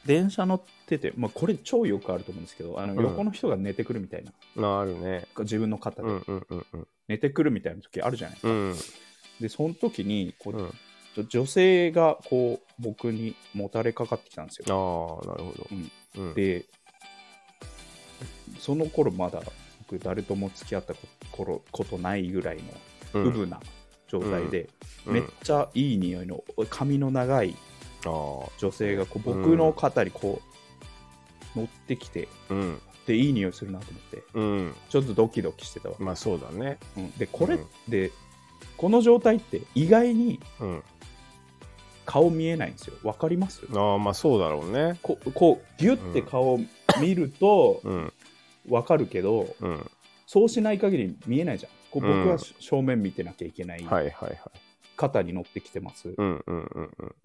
S1: 電車乗ってて、まあ、これ超よくあると思うんですけどあの
S2: うん
S1: 横の人が寝てくるみたいな、
S2: なるね
S1: 自分の肩
S2: う
S1: で
S2: んうんうんうん
S1: 寝てくるみたいな時あるじゃないですか、
S2: うん
S1: でその時にこう
S2: うんあ
S1: ちょ女性がこう僕にもたれかかってきたんです
S2: あな
S1: よ。
S2: るほど
S1: うん
S2: うん
S1: でその頃まだ僕誰とも付き合ったこ頃ことないぐらいの
S2: うん
S1: ウブな状態で、
S2: うん
S1: めっちゃいい匂いの髪の長い
S2: ああ
S1: 女性がこう
S2: うん
S1: 僕の肩にこう乗ってきて
S2: うん
S1: でいい匂いするなと思って
S2: うん
S1: ちょっとドキドキしてたわ、
S2: まあそうだね
S1: うんでこれっ
S2: うん
S1: て、この状態って意外に
S2: うん
S1: 顔見えないんですよわかります
S2: ああまあそうだろうね
S1: ここうギュッて顔を見ると
S2: うん
S1: わかるけど、
S2: うん
S1: そうしない限り見えないじゃんこう
S2: うん
S1: 僕はし正面見てなきゃいけない、
S2: はいはいはい
S1: 肩に乗ってきてます、
S2: うんうんうんうん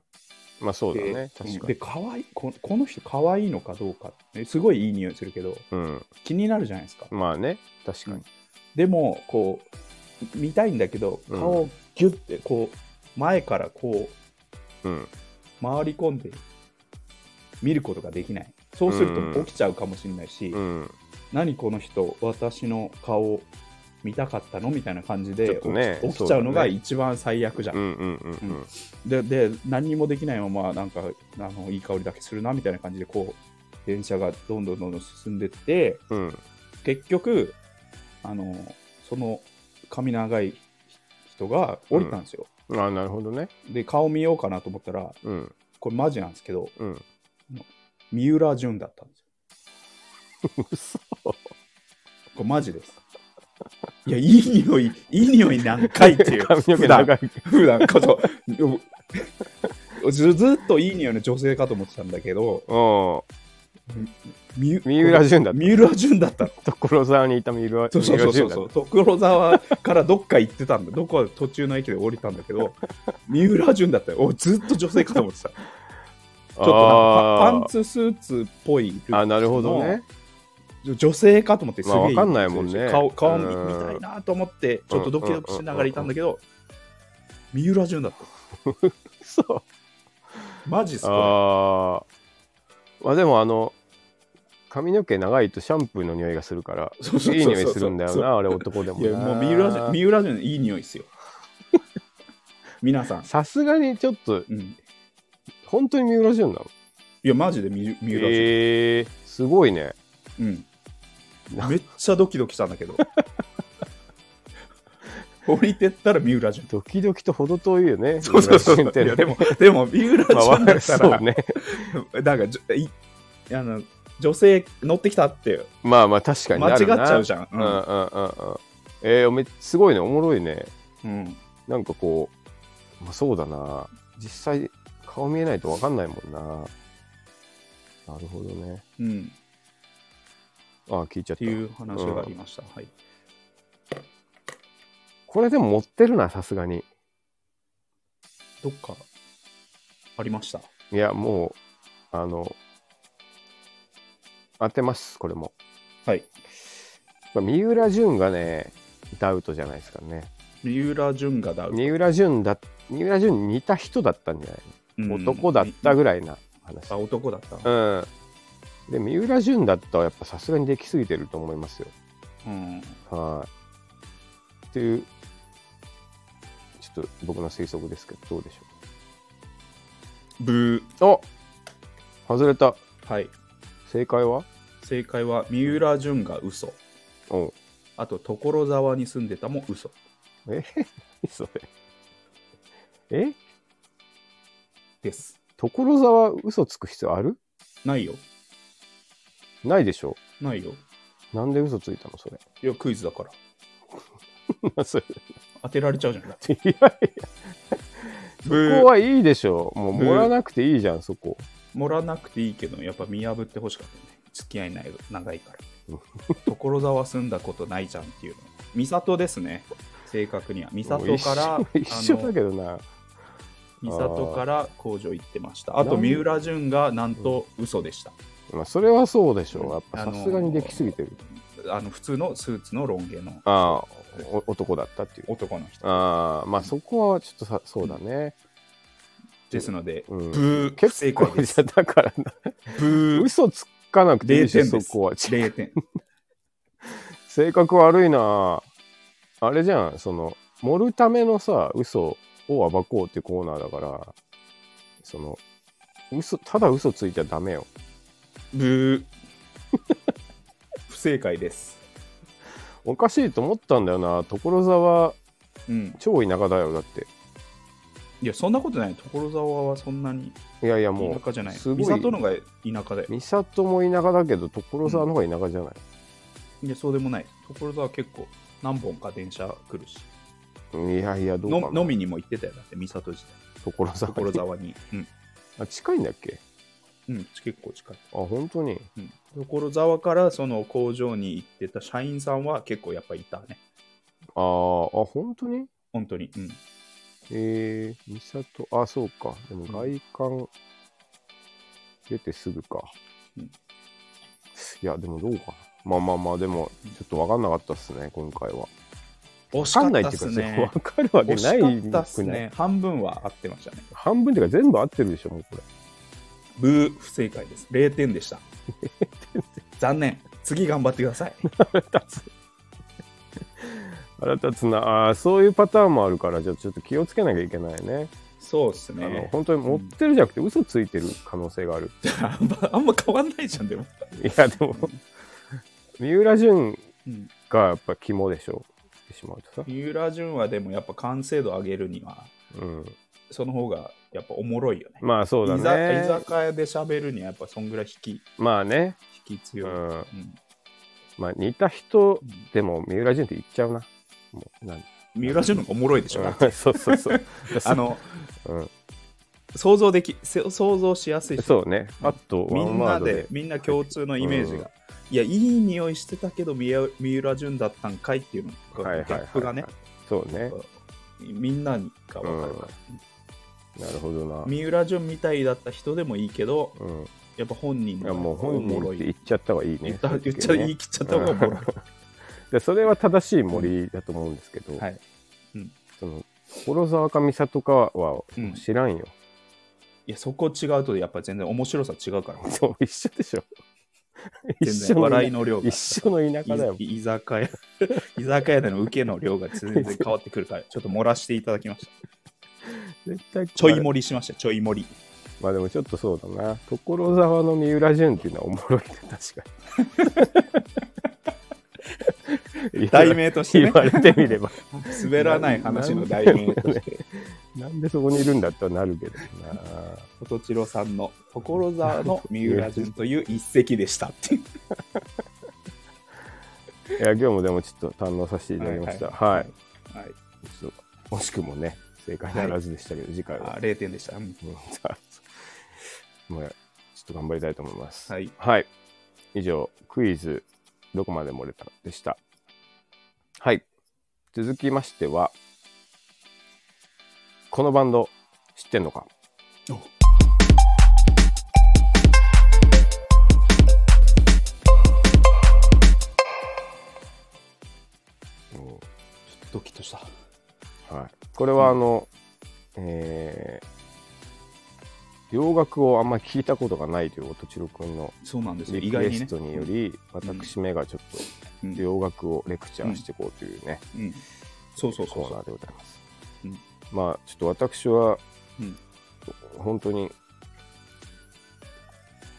S2: まあそうだね
S1: で
S2: 確
S1: うん
S2: か
S1: で
S2: に
S1: 可愛いここの人可愛いのかどうかねすごいいい匂いするけど
S2: うん
S1: 気になるじゃないですか、
S2: まあね確かに
S1: でもこう見たいんだけど
S2: うん
S1: 顔をギュッてこう前からこう
S2: うん
S1: 回り込んで見ることができないそうすると起きちゃうかもしれないし、
S2: うん
S1: 何この人私の顔見たかったのみたいな感じ
S2: ちょ
S1: で
S2: っ
S1: 起き,、
S2: とね
S1: 起きちゃうのが
S2: そうだね
S1: 一番最悪じゃん、
S2: うんうんうんうん
S1: でで何にもできないままなんかあのいい香りだけするなみたいな感じでこう電車がどんどんどんどん進んでって
S2: うん
S1: 結局あのその髪長い人が降りたんですよ、
S2: ああなるほどね
S1: で顔見ようかなと思ったら
S2: うん
S1: これマジなんですけど
S2: うん
S1: 三浦淳だったんですよ
S2: 嘘
S1: これマジですいや、いい匂い、いい匂い何回って いう。
S2: 髪の毛
S1: 普段
S2: 長い。
S1: 普段こそ ずずっといい匂いの女性かと思ってたんだけど
S2: うん。
S1: み
S2: 三浦淳だった
S1: 三浦淳だった
S2: 所沢にいた三浦
S1: そうそうそうそう
S2: 三浦淳だ
S1: そ
S2: っ
S1: う所沢からどっか行ってたんだどこか途中の駅で降りたんだけど三浦淳だったよおずっと女性かと思ってたち
S2: た
S1: ょっとなんかパ
S2: あー
S1: パンツスーツっぽいルックスの
S2: あ、なるほどね。
S1: 女性かと思ってすげえ
S2: まあわかんないもんね
S1: 顔顔見
S2: うん
S1: 見たいなと思ってちょっとドキドキしながらいたんだけど三浦淳だった
S2: そう。
S1: マジっすか
S2: ああ。まあでもあの、髪の毛長いとシャンプーの匂いがするから、
S1: そうそうそうそう
S2: いい匂いするんだよ
S1: そう
S2: な、あれ男でも
S1: い
S2: な。
S1: やもう三浦淳三浦淳いい匂いっ すよ皆さん、
S2: さすがにちょっと、
S1: うん、
S2: 本当に三浦淳なの
S1: いやマジで三三浦淳、
S2: えー、すごいね。
S1: うんめっちゃドキドキしたんだ けど降りてったら三浦淳
S2: ドキドキと程遠いよね。
S1: そうそうそう
S2: 三浦淳って
S1: いやでもでも三浦
S2: まあ、
S1: 淳だったら、
S2: そうね。
S1: なんかじょいあの女性乗ってきたって
S2: まあまあ確かに
S1: 間違
S2: な
S1: っち
S2: るな。
S1: ゃうじゃん、
S2: うんうんうんうん。えー、めすごいね、おもろいね。
S1: うんうん
S2: なんかこう、まあ、そうだな。実際、顔見えないとわかんないもんな。なるほどね。
S1: うん
S2: ああ、聞いちゃっ
S1: って
S2: た。
S1: いう話がありました、はい
S2: これでも持ってるな、さすがに。
S1: どっかありました
S2: いや、もう、あの、当てます、これも。
S1: はい
S2: まあ三浦淳がね、ダウトじゃないですかね。
S1: 三浦淳がだ、
S2: 三浦淳だ、三浦淳に似た人だったんじゃない
S1: うん
S2: の、男だったぐらいな話
S1: あ。男だった、
S2: うん。で、三浦淳だったらやっぱさすがにできすぎてると思いますよ。
S1: うん
S2: はい。っていう、ちょっと僕の推測ですけど、どうでし
S1: ブ
S2: ょう。あ外れた。
S1: ーはい
S2: 正解は
S1: 正解は三浦淳が嘘
S2: おう
S1: あと所沢に住んでたも嘘
S2: え何それ。え
S1: です
S2: 所沢嘘つく必要ある
S1: ないよ
S2: ないでしょ
S1: ないよ
S2: なんで嘘ついたのそれ。
S1: いやクイズだから
S2: それ
S1: 当てられちゃうじゃんだって
S2: いやいや
S1: ブ
S2: そこはいいでしょもう
S1: ブー
S2: 盛らなくていいじゃん、そこ。
S1: 盛らなくていいけどやっぱ見破ってほしかったよね付き合いない長いから 所沢住んだことないじゃんっていうの美里ですね正確には美
S2: もう
S1: 里
S2: 一緒
S1: からあの
S2: 一緒だけどな。
S1: 美里から工場行ってましたあと三浦淳がなんと嘘でした
S2: まあ、それはそうでしょう。やっ
S1: あ
S2: ぱ
S1: のー
S2: さすがにできすぎてる。
S1: あの普通のスーツのロン毛の
S2: ああ、お男だったっていう。
S1: 男の人
S2: ああ、まあそこはちょっとさ、そうだね。
S1: ですので、
S2: うん
S1: ブー不
S2: 結
S1: 正
S2: 構
S1: 解です
S2: いやだからな、
S1: ブー
S2: 嘘つかなくていいし、
S1: 0点
S2: そ
S1: です
S2: こは。ち
S1: 0点
S2: 性格悪いなあれじゃん、その、盛るためのさ、嘘を暴こうっていうコーナーだから、その、嘘、ただ嘘ついちゃダメよ。
S1: ブー不正解です
S2: おかしいと思ったんだよな所沢、
S1: うん
S2: 超田舎だよ、だって。
S1: いやそんなことない所沢はそんなに
S2: いやいや、も
S1: 田
S2: う、
S1: 舎じゃない
S2: すごい
S1: 美里のが田舎だよ
S2: 三郷も田舎だけど、所沢の方が田舎じゃない。
S1: いやそうでもない所沢結構何本か電車来るし
S2: いやいや、どうか
S1: の
S2: な。
S1: 飲みにも行ってたよだって美里自体
S2: 所沢
S1: 所沢にうん、
S2: あ近いんだっけ
S1: うん、結構近い、
S2: あ本当に
S1: うん、所沢からその工場に行ってた社員さんは結構やっぱいたね
S2: あーあ本当に
S1: 本当にうん
S2: えー、三郷あそうかでも外観出てすぐか、
S1: うん
S2: いやでもどうかなまあまあまあでもちょっと分かんなかったっすね今回は
S1: 惜し
S2: 分か
S1: か
S2: んない
S1: っ
S2: ったて
S1: っ
S2: いうか
S1: すね
S2: 分かるわけ
S1: 惜
S2: ない
S1: しかったっす
S2: くない
S1: ね半分は合ってましたね
S2: 半分っていうか全部合ってるでしょもうこれ
S1: ブー不正解です0点でした残念次頑張ってください
S2: 腹立つ腹立つなあーそういうパターンもあるからじゃあちょっと気をつけなきゃいけないね
S1: そうっす
S2: あの
S1: ね
S2: 本当に持ってるじゃなくて嘘ついてる可能性がある
S1: あんまあんま変わんないじゃんでも、
S2: いやでも三浦淳
S1: うん
S2: がやっぱ肝でしょってしまうとさ、
S1: 三浦淳はでもやっぱ完成度上げるには
S2: うん、
S1: その方がやっぱおもろいよね。
S2: まあそうだ
S1: 居
S2: ね
S1: 酒居酒屋で喋るにはやっぱそんぐらい引き
S2: まあね、
S1: 引き
S2: う
S1: 強い。
S2: ん、
S1: うん
S2: まあ、似た人でも三浦淳って言っちゃうな。もうなん
S1: 三浦淳の方がおもろいでしょ。
S2: うん そうそうそう。
S1: あの、
S2: うん
S1: 想像でき、せ想像しやすいし、
S2: そうね。あと、
S1: み
S2: ワン
S1: ん
S2: ワー
S1: な
S2: ド
S1: で
S2: で、。
S1: みんな共通のイメージ
S2: うん
S1: が。いや、いい匂いしてたけど、三浦三浦淳だったんかいっていうの
S2: は
S1: が、
S2: いはい
S1: ギ
S2: は
S1: ャ
S2: いはい
S1: ップがね、
S2: そうね。
S1: みんなにが分かるから。
S2: なるほどな。
S1: 三浦淳みたいだった人でもいいけど、
S2: うん。
S1: やっぱ本人
S2: い
S1: の
S2: や、もう
S1: 方がお
S2: 本
S1: も
S2: 人
S1: ろ
S2: っ
S1: い。
S2: て言っちゃったはいいね。
S1: 言った、
S2: 正直
S1: 言
S2: ね
S1: っちゃ、言い切っちゃった方がおもろい。
S2: でそれは正しい森だと思うんですけど、
S1: はい
S2: その幌沢か美里かは
S1: うん
S2: 知らんよ、
S1: いや、そこ違うと、やっぱ全然面白さ違 うから。
S2: そう一緒でしょ
S1: 全
S2: 一緒
S1: 然
S2: の
S1: 笑いの量が
S2: 一。緒の田舎だよ
S1: い居酒屋、 居酒屋での受けの量が全然変わってくるから、ちょっと漏らしていただきました。
S2: 絶対
S1: ちょい盛りしました、ちょい盛り。
S2: まあでもちょっとそうだな所沢の三浦淳っていうのはおもろいね 確かに
S1: 題名として、
S2: 言わ
S1: ね、
S2: れてみれば
S1: 滑らない話の題名として、
S2: なんでそこにいるんだってはなるけどな
S1: 音千代さんの所沢の三浦淳という一席でしたっていう。
S2: いや今日もでもちょっと堪能させていただきましたはい、
S1: はい、
S2: ちょっと惜しくもね正解ならずでしたけど、次回は
S1: あ0点でした。うん
S2: うんじゃあもうちょっと頑張りたいと思います。
S1: はい、
S2: 以上、クイズ、どこまで漏れたでした。はい。続きましては、このバンド、知ってんのかうん
S1: ドキッとした。
S2: はい、これはあの、えー洋楽をあんまり聞いたことがないという音千代君の
S1: そうなんですよ、
S2: リ
S1: 意
S2: ク
S1: 外
S2: エ
S1: にね
S2: ス。トにより、私めがちょっ
S1: う
S2: と
S1: ん
S2: 洋楽をレクチャーしていこうというね、
S1: うん、そうそうそ
S2: コ
S1: う
S2: ー
S1: そ
S2: ナ
S1: う。
S2: ーでございます、
S1: うん
S2: まあちょっと私は、
S1: うん
S2: 本当に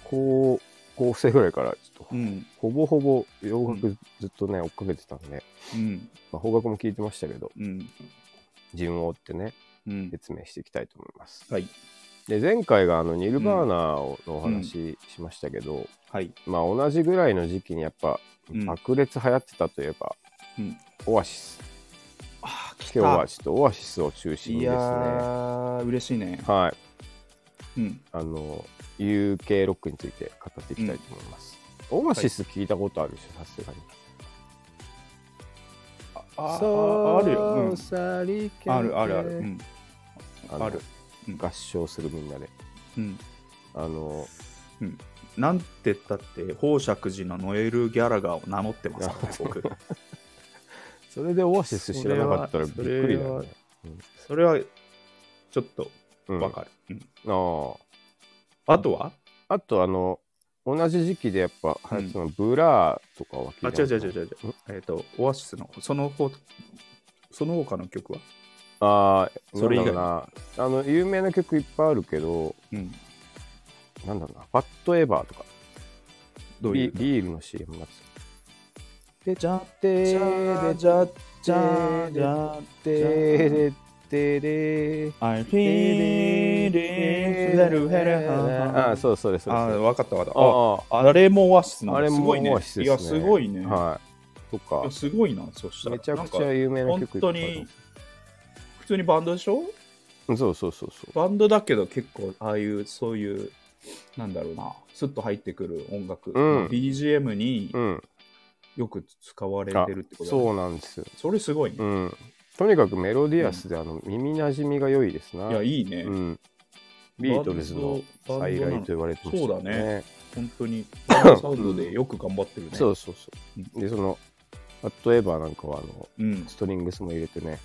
S2: 高校生ぐらいからちょっと
S1: うん、
S2: ほぼほぼ洋楽ずっとね、追っかけてたんで、
S1: うん、
S2: まあ、邦楽も聞いてましたけど
S1: うん、
S2: 自分を追ってね
S1: うん。
S2: 説明していきたいと思います
S1: はい、
S2: で前回があのニルバーナのお話ししましたけど、
S1: はい、
S2: まあ同じぐらいの時期にやっぱ
S1: うん
S2: 爆裂流行ってたといえば、
S1: うん
S2: オアシス
S1: あー来た
S2: 今日はちょっとオアシスを中心に
S1: い
S2: です
S1: や
S2: ね
S1: ー、嬉しいね。
S2: はい
S1: うん、
S2: あの UK ロックについて語っていきたいと思います、オアシス聞いたことあるでしょさすがに
S1: あああるよ、うんあるあるある、うん、
S2: の
S1: ある、うん
S2: 合唱するみんなで
S1: うん、
S2: あの
S1: なんて言ったって宝釈寺のノエル・ギャラガーを名乗ってますからね僕
S2: それでオアシス知らなかったらびっくりだよね
S1: それはちょっと
S2: うん
S1: わかる、うん
S2: ああ
S1: あとは
S2: あとあの同じ時期でやっぱ流行ってたの、ブラーとかは
S1: あ
S2: 聞い
S1: 違う
S2: た
S1: 違う違う違
S2: う
S1: う違うえっ、とオアシスのそのほその他の曲は
S2: ああ
S1: それ以外
S2: なんだろうなあの有名な曲いっぱいあるけど
S1: うん
S2: なんだろうな「ファットエバー」とか
S1: どうい
S2: ビ
S1: う
S2: ビールの CM が
S1: でじゃん
S2: で
S1: じゃじゃじゃじゃ
S2: で
S1: で
S2: ででで
S1: I feel it
S2: ああそうそれそれ
S1: あ
S2: それ
S1: わかったわかったあ
S2: あ
S1: あれもオアシスなん
S2: あ
S1: だ
S2: あれ
S1: す
S2: も
S1: ごいね
S2: オアシス
S1: い
S2: で
S1: や
S2: す
S1: す
S2: ね
S1: ごいね、
S2: はいと
S1: い
S2: か
S1: やすごいなそしたら
S2: めちゃくち
S1: なん
S2: ゃ
S1: か
S2: 有名な曲いっぱいある
S1: 本普通にバンドでしょ
S2: うんそうそうそうそう
S1: バンドだけど結構ああいうそういうなんだろうなスッと入ってくる音楽、
S2: うん
S1: BGM に
S2: うん
S1: よく使われ
S2: あ
S1: てるってことだね
S2: そうなんですよ
S1: それすごいね
S2: う、んとにかくメロディアスであの耳なじみが良いですない
S1: やいいね、
S2: うん、ビートルズの
S1: バンド
S2: 再来と言われてましたよ
S1: そうだね本当にバンドサウンドでよく頑張ってるね、
S2: そうそうそう。で、その、ファットエバーなんかは、あの、
S1: うん
S2: ストリングスも入れてね、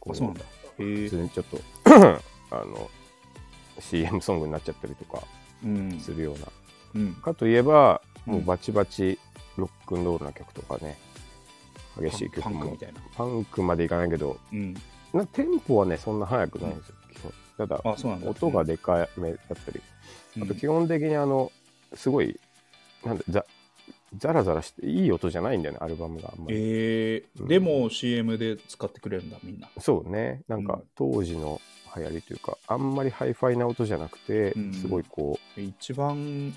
S2: こ
S1: あそうなんだへ
S2: 普
S1: え
S2: 通にちょっと、あの、CM ソングになっちゃったりとか
S1: うん
S2: するような。
S1: うん
S2: かといえば、もううんバチバチロックンロールな曲とかね、激しい曲
S1: パンク
S2: も
S1: み。たいな
S2: パンクまでいかないけど、
S1: うん
S2: なテンポはね、そんな速くないんですよ、基本。ただ、
S1: あそうなんだ
S2: 音がでかめだったり、
S1: うん
S2: あと基本的にあの、すごい、なんだ、ざザラザラして、いい音じゃないんだよね、アルバムがあんまり。
S1: えー
S2: うん
S1: でも CM で使ってくれるんだみんな
S2: そうね、なん
S1: う
S2: か
S1: ん
S2: 当時の流行りというか、あんまりハイファイな音じゃなくて
S1: う、ん
S2: すごいこ
S1: 一番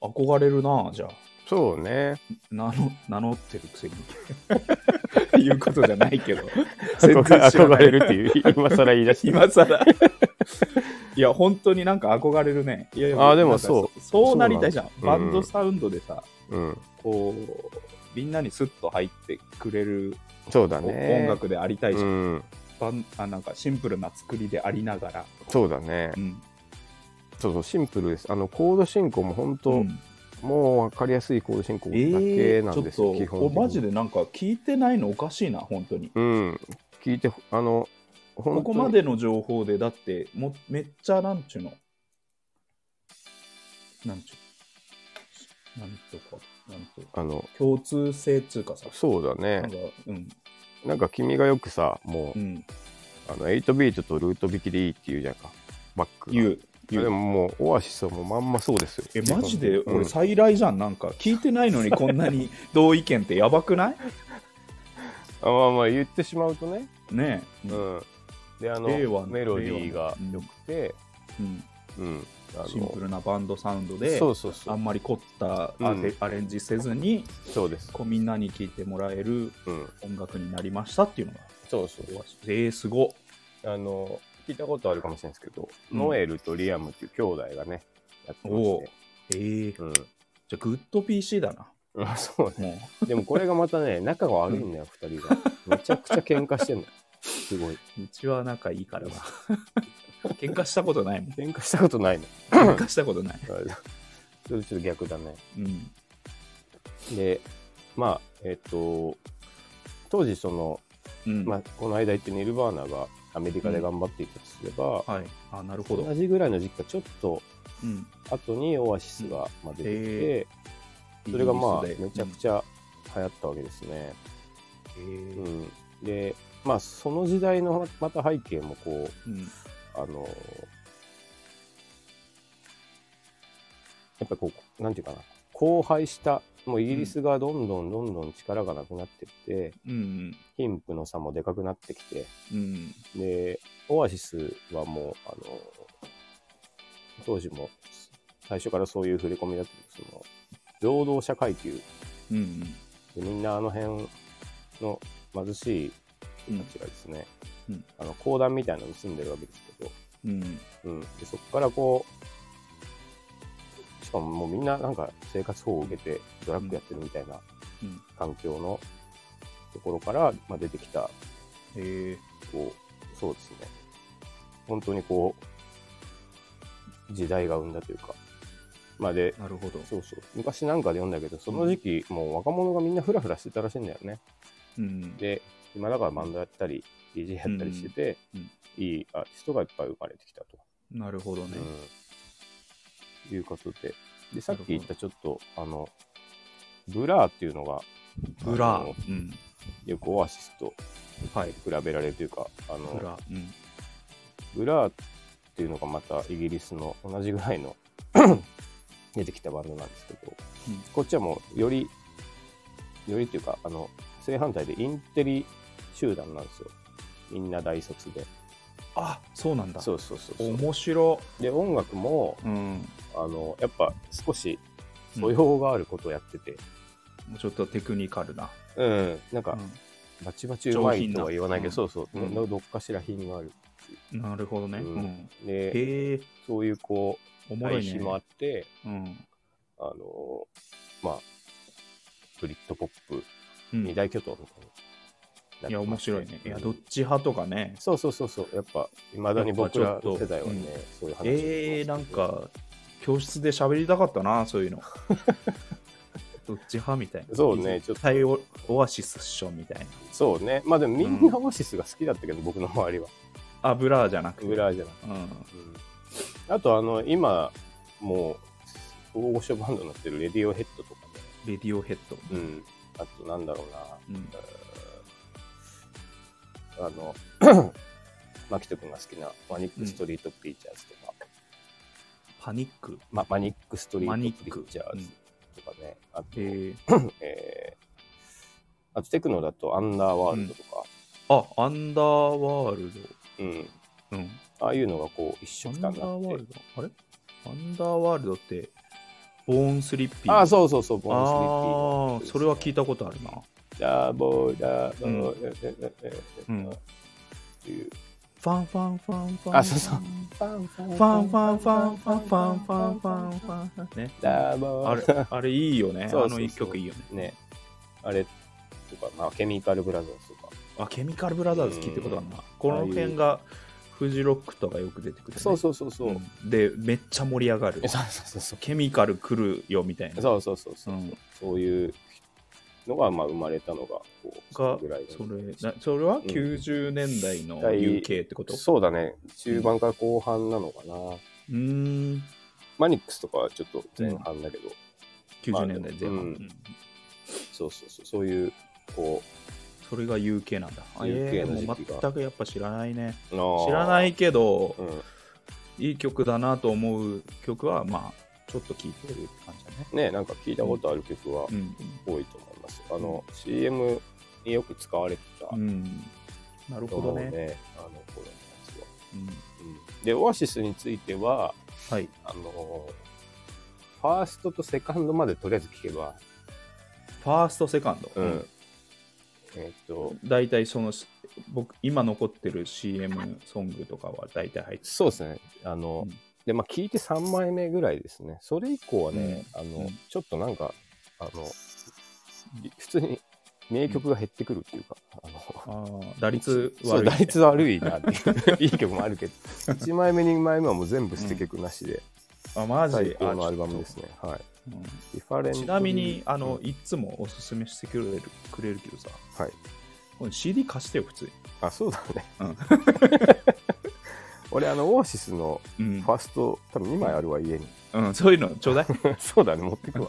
S1: 憧れるなじゃあ
S2: う、そうね。
S1: 名乗名乗ってるくせに言うことじゃ ない けど 全然知らない
S2: 憧れるっていう、今更言い出して。
S1: 今更いや本当になんか憧れるねいやいや
S2: あーでも
S1: なんか
S2: そう
S1: そうなりたいじゃん
S2: そうな
S1: バ
S2: んだ
S1: ンドサウンドでさ、
S2: うん。
S1: こうみんなにスッと入ってくれる
S2: そうだ
S1: 音
S2: ね。
S1: 楽でありたいじゃ、
S2: うんん。
S1: バンあなんかシンプルな作りでありながら、
S2: そうだね。
S1: うん
S2: そうそう、シンプルです。あの、コード進行も本当、
S1: うん
S2: もう分かりやすいコード進行だ
S1: え
S2: け
S1: ー
S2: な
S1: ちょ
S2: ん
S1: っ
S2: ですよ、基
S1: と
S2: 本
S1: お
S2: 的に
S1: マジでなんか聞いてないのおかしいな本当に
S2: うん。聞いて、あの、本当
S1: こ
S2: に
S1: こまでの情報でだってもめっちゃなんちゅうのなんちゅうなんとかなんと
S2: あの、
S1: 共通性つうかさ
S2: そうだ
S1: なん
S2: ね。
S1: かうん
S2: なんか君がよくさ、も
S1: う
S2: う、
S1: ん
S2: あの、8ビートとルート引きでいいっていうじゃんか。バックが。
S1: 言う
S2: あ
S1: 言
S2: で
S1: う
S2: ももう、オアシスはもうまんまそうですよ。
S1: えマジで
S2: うん
S1: 俺再来じゃんなんか聞いてないのにこんなに同意見ってやばくない
S2: あまあまあ言ってしまうとね。
S1: ねえ
S2: うん。で、あの、
S1: 令和の
S2: メロディー
S1: 令
S2: が
S1: 和の
S2: 良くて、
S1: うん
S2: うん。あの
S1: シンプルなバンドサウンドで
S2: そうそうそ
S1: あ
S2: う。
S1: んまり凝ったアレ
S2: うん
S1: アレンジせずに
S2: そうです。
S1: こうみんなに聞いてもらえる
S2: うん。
S1: 音楽になりましたっていうのが
S2: そうそう。
S1: えー、すごっ
S2: あの聞いたことあるかもしれないですけど、
S1: うん
S2: ノエルとリアムっていう兄弟がねやってま
S1: お
S2: し
S1: う
S2: て、
S1: えー、
S2: うん
S1: じゃあグッド PC だな
S2: うん、そうね
S1: も
S2: でもこれがまたね仲が悪いんだよ、二人がめちゃくちゃ喧嘩してんのすごいう
S1: うちは仲いいからな 喧嘩したことないもん
S2: 喧嘩したことないの
S1: 喧嘩したことない、
S2: あれだそれちょっと逆だね
S1: うん、
S2: でまあえっ、と当時その、
S1: うん
S2: まあ、この間言ってニルバーナがアメリカで頑張っていたとすれば、
S1: はいあなるほど
S2: 同、じぐらいの時期かちょっと
S1: うん、
S2: 後にオアシスがまあ
S1: うん
S2: 出てきて、
S1: へ
S2: それがまあ
S1: イギリスで
S2: めちゃくちゃ流行ったわけですね。
S1: うんへ
S2: うん、でまあその時代のまた背景もこ
S1: ーうん
S2: うあのやっぱこうなんていうかな荒廃したもうイギリスがどんどんどんどん力がなくなってって、
S1: うん
S2: 貧富の差もでかくなってきて
S1: うん
S2: でオアシスはもうあの当時も最初からそういう触れ込みだったけどその労働者階級
S1: うんうん
S2: でみんなあの辺の貧しい
S1: うん
S2: 人たちがですね、
S1: うん
S2: あの公団みたいなのに住んでるわけですけど、
S1: うん
S2: うん、でそこからこうしかももうみんななんか生活保護を受けてドラッグやってるみたいな
S1: うん
S2: 環境のところから、まあ、出てきた
S1: へー
S2: こうそうですね本当にこう時代が生んだというかまあで
S1: なるほど
S2: そうそう昔なんかで読んだけどその時期もう若者がみんなフラフラしてたらしいんだよね
S1: うん
S2: で、今だからバンドやったり、DJ やったりしてて、
S1: うんうん
S2: いいアーティストがいっぱい生まれてきたと。
S1: なるほどね
S2: うんいうことで。で、さっき言ったちょっと、あの、ブラーっていうのが、
S1: ブラ
S2: あの
S1: ーうん
S2: よくオアシスと
S1: はい
S2: 比べられるというか、あの
S1: ブラーうん
S2: ブラーっていうのがまたイギリスの同じぐらい の出てきたバンドなんですけど、
S1: うん
S2: こっちはもうよりよりっていうかあの正反対でインテリ集団なんですよみんな大卒で
S1: あそうなんだ
S2: そうそうそうそう
S1: 面白
S2: で音楽も
S1: うん
S2: あのやっぱ少し素養があることをやってて、
S1: もうちょっとテクニカルな、
S2: うんなんかバチバチうまいとは言わないけど、
S1: 上
S2: そうそう、
S1: うん
S2: のどっかしら品がある
S1: うんなるほどね、
S2: うん
S1: うん
S2: で
S1: へえ
S2: そういうこ
S1: お
S2: う
S1: もろ
S2: 配
S1: いね
S2: 信もあって、
S1: うん
S2: あのまあ、ブリッドポップ、
S1: うん
S2: 二大巨頭みたいな。
S1: いや、面白いね。いや、どっち派とかね。
S2: そうそうそうそう、やっぱ、いまだに僕ら
S1: やっぱちょっと
S2: 世代はね、
S1: うん
S2: そういう話をします
S1: えー、なん、か、教室で喋りたかったな、そういう の。どっち派みたいな。
S2: そうねちょっと
S1: 絶対オオアシスっしょみたいな。
S2: そうね、まあでもみんなオアシスが好きだったけど、僕の周りは、
S1: あ、ブラーじゃなくて。
S2: ブラーじゃなくて。
S1: うん。
S2: あと、あの、今、もう、大御所バンドになってるレディオヘッドとかね、
S1: レディオヘッド。
S2: う。ん、あと、なんだろうな、
S1: うん、
S2: あの、 牧人君が好きなマニックストリートピーチャーズとか、
S1: パニック。
S2: ま、マニックストリ
S1: マ
S2: ー
S1: ニ
S2: ト
S1: ッ
S2: ピ
S1: ク
S2: ッチャーズとかね、あと、
S1: えー、
S2: えーあとテクノだとアンダーワールドとか、
S1: あ、アンダーワール
S2: うん
S1: ド。うん。
S2: ああいうのがこう一
S1: ア
S2: 緒
S1: ン
S2: く
S1: ダ
S2: たに
S1: ー
S2: な
S1: ワー
S2: っ
S1: ル
S2: て、
S1: ドあれアンダーワールドってボーンスリッピー。
S2: ああ、そうそうそう、ボ
S1: あ
S2: ーンスリ
S1: ー
S2: ッピー。
S1: それは聞いたことあるな。
S2: ダボーダボーダ
S1: うん
S2: っていう。
S1: ファンファンファンファン。
S2: あそうそう。ファンフ
S1: ファンファンファンファンファンファンファンファン。ね。
S2: ダボ
S1: あ
S2: ーダ
S1: れ、あれいいよね。あ
S2: そうそうそう
S1: の一曲いいよね。
S2: ね。あれとか、まあ、ケミカルブラザーズとか。
S1: あ、ケミカルブラザーズ聞いたことある
S2: う。
S1: なんこの辺が、フジロックとかよく出てくるね。
S2: そうそうそうそう。
S1: うんで、めっちゃ盛り上がる
S2: え。そうそうそう
S1: ケミカル来るよみたいな。
S2: そう。そうそうそうう。
S1: ん。
S2: そういうのが、まあ、生まれたのが、こう、
S1: が
S2: ぐらい、
S1: そ
S2: の
S1: れ、なそれは90年代の UK ってこと
S2: そうだね。中盤から後半なのかな。
S1: うーん。
S2: マニックスとかはちょっと前半だけど、
S1: 90年代前半。
S2: まあ
S1: うん
S2: そうそうそう、そういう、こ
S1: それが UK なんだ。あ
S2: UK の時期
S1: え
S2: が
S1: ーもう全くやっぱ知らないね。
S2: う、知
S1: 知らない、けど
S2: う、ん、
S1: いい曲だなと思う曲は、まあ、ちょっと聴いてるって感じだね。
S2: ね、なんか聞いたことある曲は
S1: うん。
S2: 多いと思います。あの、CM によく使われてた、
S1: うん。なる
S2: と
S1: ほど
S2: 思う
S1: ね。
S2: ね、あの頃のやつは。
S1: うん
S2: うん、で、オアシスについては、
S1: はい。
S2: あの、ファーストとセカンドまでとりあえず聞けば、
S1: ファースト、セカンド。
S2: うん。えっと、
S1: 大体そのし僕今残ってる CM ソングとかは大体入って
S2: そうですね。あの、
S1: うん
S2: で、まあ、聞いて3枚目ぐらいですね。それ以降はね、あの、
S1: うん
S2: ちょっとなんか、あの、い普通に名曲が減ってくるっていうか、あの、
S1: ああ打率
S2: そう
S1: 悪い、
S2: 打率悪いなっていう。 いい曲もあるけど、1枚目、2枚目はもう全部捨て曲なしで、
S1: あマジ
S2: 最高の
S1: あ
S2: アルバムですね。はい。
S1: ちょっとうん
S2: リファレント
S1: ちなみにあの、
S2: うん
S1: いつもおすすめしてくれるくれるけどさ
S2: はい。
S1: これ CD 貸してよ普通に
S2: あ、そうだね。
S1: うん
S2: 俺、あの、オアシスの
S1: うん
S2: ファースト、多分2枚あるわ、家に。
S1: うん、そういうのちょうだ い
S2: そうだね、持ってくわ。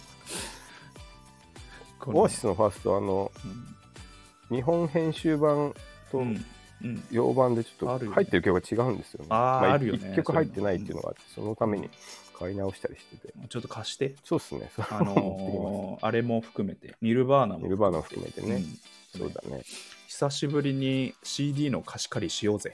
S1: これ
S2: オアシスのファースト、あの、日本編集版
S1: う
S2: と
S1: ん、うん
S2: 洋版でちょ
S1: ある
S2: っと
S1: よね
S2: 入ってる曲が違うんですよね。
S1: あーあるよね
S2: 1曲入ってないっていうのがあって、そのために買い直したりしてて。
S1: うんちょっと貸して
S2: そうっすね。
S1: あ のーあれも含めてニルバーナも
S2: ニルバーナも含めてね。
S1: うん
S2: そうだね。
S1: 久しぶりに CD の貸し借りしようぜ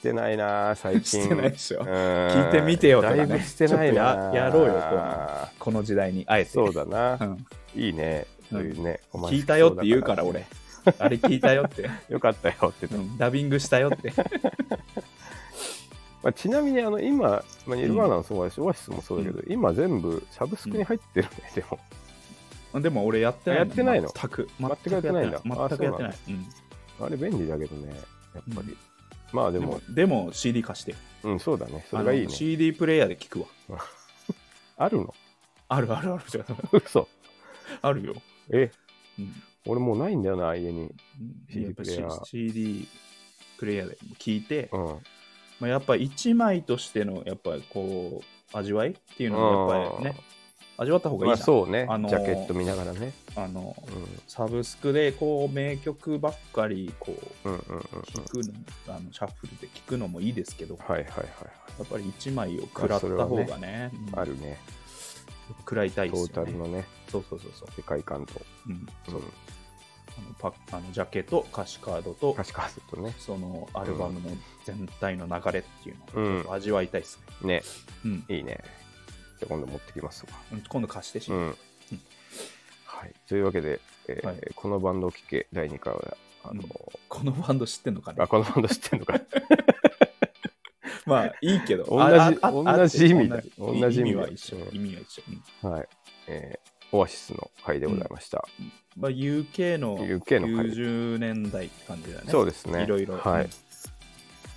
S2: してないなー、最近。
S1: してないでしょ聞
S2: 聞
S1: いてみてよとか
S2: だ
S1: ね
S2: いぶしてないなー。
S1: ちょっとややろうよここの時代にあえて
S2: そうだな
S1: う。ん
S2: いいね。そういうね。お前
S1: 聞いたよって言うから。俺あれ聞いたよって、
S2: よかったよって
S1: う
S2: 言って。
S1: んダビングしたよって
S2: まあちなみに、あの、今、まあニルバーナもそうだし、オアシスもそうだけど、今全部、サブスクに入ってるね、でも。
S1: でも俺やってない
S2: やってないの
S1: 全く
S2: 全くやってないんだ
S1: 全くやってない
S2: あ
S1: うん
S2: あれ便利だけどね、やっぱり。
S1: うん
S2: まあで
S1: で
S2: も
S1: も、でも CD 貸して
S2: うん、そうだね。それがいい
S1: あの
S2: ね。
S1: CD プレイヤーで聞くわ
S2: あるの
S1: あるあるあ るじゃん
S2: 嘘。
S1: あるよ、
S2: え、
S1: うん
S2: 俺もうないんだよな、家に。
S1: うん
S2: CD
S1: やっぱ
S2: プレイヤー
S1: CD プレイヤーで聞いて、
S2: うん。
S1: まあ、やっぱ1枚としてのやっぱりこう味わいっていうのがやっぱりね味わった方がいい
S2: まあ
S1: じゃん、
S2: そうね、
S1: あのー
S2: ジャケット見ながらね。
S1: あの
S2: う
S1: サブスクでこう名曲ばっかりこうん
S2: うんうんうんうん。
S1: 聞くのあのシャッフルで聞くのもいいですけど
S2: はいはいはいはい。
S1: やっぱり1枚を食らった方がねうん
S2: あるね。
S1: 食らいた
S2: ト
S1: いです
S2: ータ
S1: よ
S2: ル
S1: ね
S2: のね、
S1: そうそうそうそう、
S2: 世界観と。
S1: うん、
S2: うん。
S1: あのパあのジャケと歌詞カードと
S2: 歌詞カードとね。
S1: そのアルバムの全体の流れっていう
S2: う
S1: のを
S2: ん。
S1: 味わいたいですね、
S2: ね、
S1: うん
S2: いいね。じゃあ今度持ってきますわ。
S1: うん今度貸してし、
S2: うん。はい。というわけで、えー
S1: はい
S2: このバンドを聴け第2回は、あのー
S1: このバンド知ってんのかね
S2: あ、このバンド知ってんのか。
S1: まあいいけど
S2: 同じ
S1: あああ
S2: 同じ意味だ
S1: あって同じ
S2: 同じ
S1: 意
S2: 意
S1: 味
S2: 味
S1: は
S2: だ
S1: 一緒
S2: うん
S1: 意味は一緒、うん
S2: はい。えー、オアシスの回でございました。
S1: まあ、UK の
S2: UK の回
S1: 90年代って感じだね
S2: そうですね。
S1: いろいろ、
S2: は
S1: う
S2: い
S1: ん。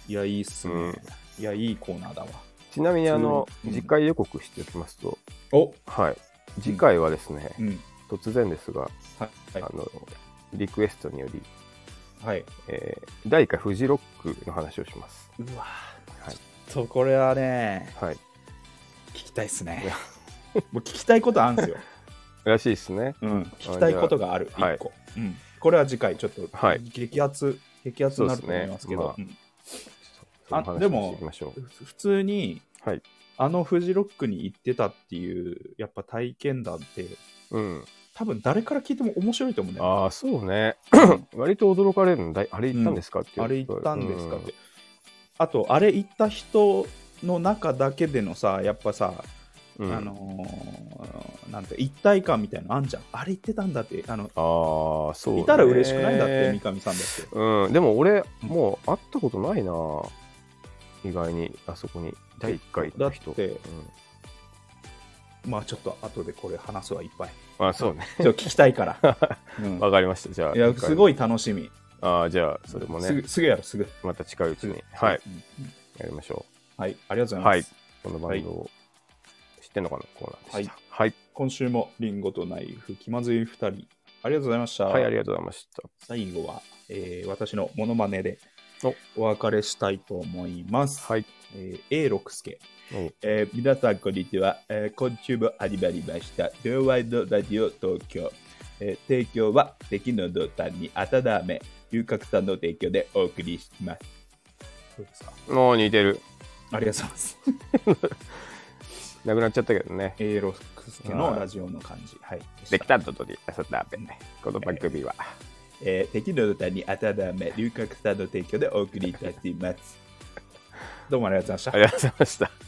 S1: いやいいっすね、
S2: うん
S1: いやいいコーナーだわ
S2: ちなみに、あの、
S1: うん
S2: 次回予告しておきますと、
S1: お
S2: はい。次回はですね、
S1: うん
S2: 突然ですが、
S1: はいは
S2: あの、リクエストにより、
S1: い、はい、
S2: えー第1回フジロックの話をします。
S1: うわ
S2: はい
S1: そうこれはね
S2: はい。
S1: 聞きたいっす ねもう聞きたいことあるんですよ、
S2: らしいですね。
S1: うん、聞きたいことがある
S2: あじゃあ
S1: 一個、うん、これは次回ちょっと、
S2: はい
S1: 激アツ激アツになると思いますけど
S2: そう
S1: うん
S2: その話を
S1: でも
S2: していきましょう。
S1: ふ普通に
S2: はい。
S1: あのフジロックに行ってたっていうやっぱ体験談って
S2: うん。
S1: 多分誰から聞いても面白いと思うんだよね
S2: ああ、そうね。割と驚かれるのだい。あれ行ったんですかっていう。
S1: あれ行ったんですかって、あとあれ行った人の中だけでのさやっぱさ
S2: うん
S1: あのーなんて一体感みたいなのあんじゃんあれ言ってたんだってあの
S2: ああそう、ね、
S1: いたら嬉しくないんだって三上さんだって
S2: うんでも俺もう会ったことないな意外にあそこに第1回行った人
S1: だって
S2: うん、
S1: まあちょっと後でこれ話すわいっぱい
S2: あそうね
S1: ちょっと聞きたいから、うん
S2: わかりましたじゃ あ
S1: いやすご
S2: い
S1: い楽しみ
S2: ああじゃあそれも
S1: す
S2: ね
S1: ぐすぐやろすぐ
S2: また近いうち
S1: すぐ
S2: にはい
S1: うんうん
S2: やりましょ
S1: はいありがとうございます、
S2: うこのバンドを知ってんのかなコーナーでしたはい、
S1: 今週もリンゴとナイフ気まずい2人ありがとうございました、
S2: はい、ありがとうございました
S1: 最後は、えー私のモノマネでお
S2: お
S1: 別れしたいと思います。
S2: はい
S1: えー、A6 助、
S2: お
S1: えー皆さんこんにちは、えー、今週も始まりました「ドワイドラジオ東京」えー提供は敵のドタンに温め遊郭さんの提供でお送りしますどうですか
S2: もう似てる
S1: ありがとうございます
S2: なくなっちゃったけどね
S1: A6 助のラジオの感じはい
S2: できたととりあさたべねこの番組は、
S1: えー、敵の歌に温め、龍角さんの提供でお送りいたします。どうもありがとうございました
S2: あ。りがとうございました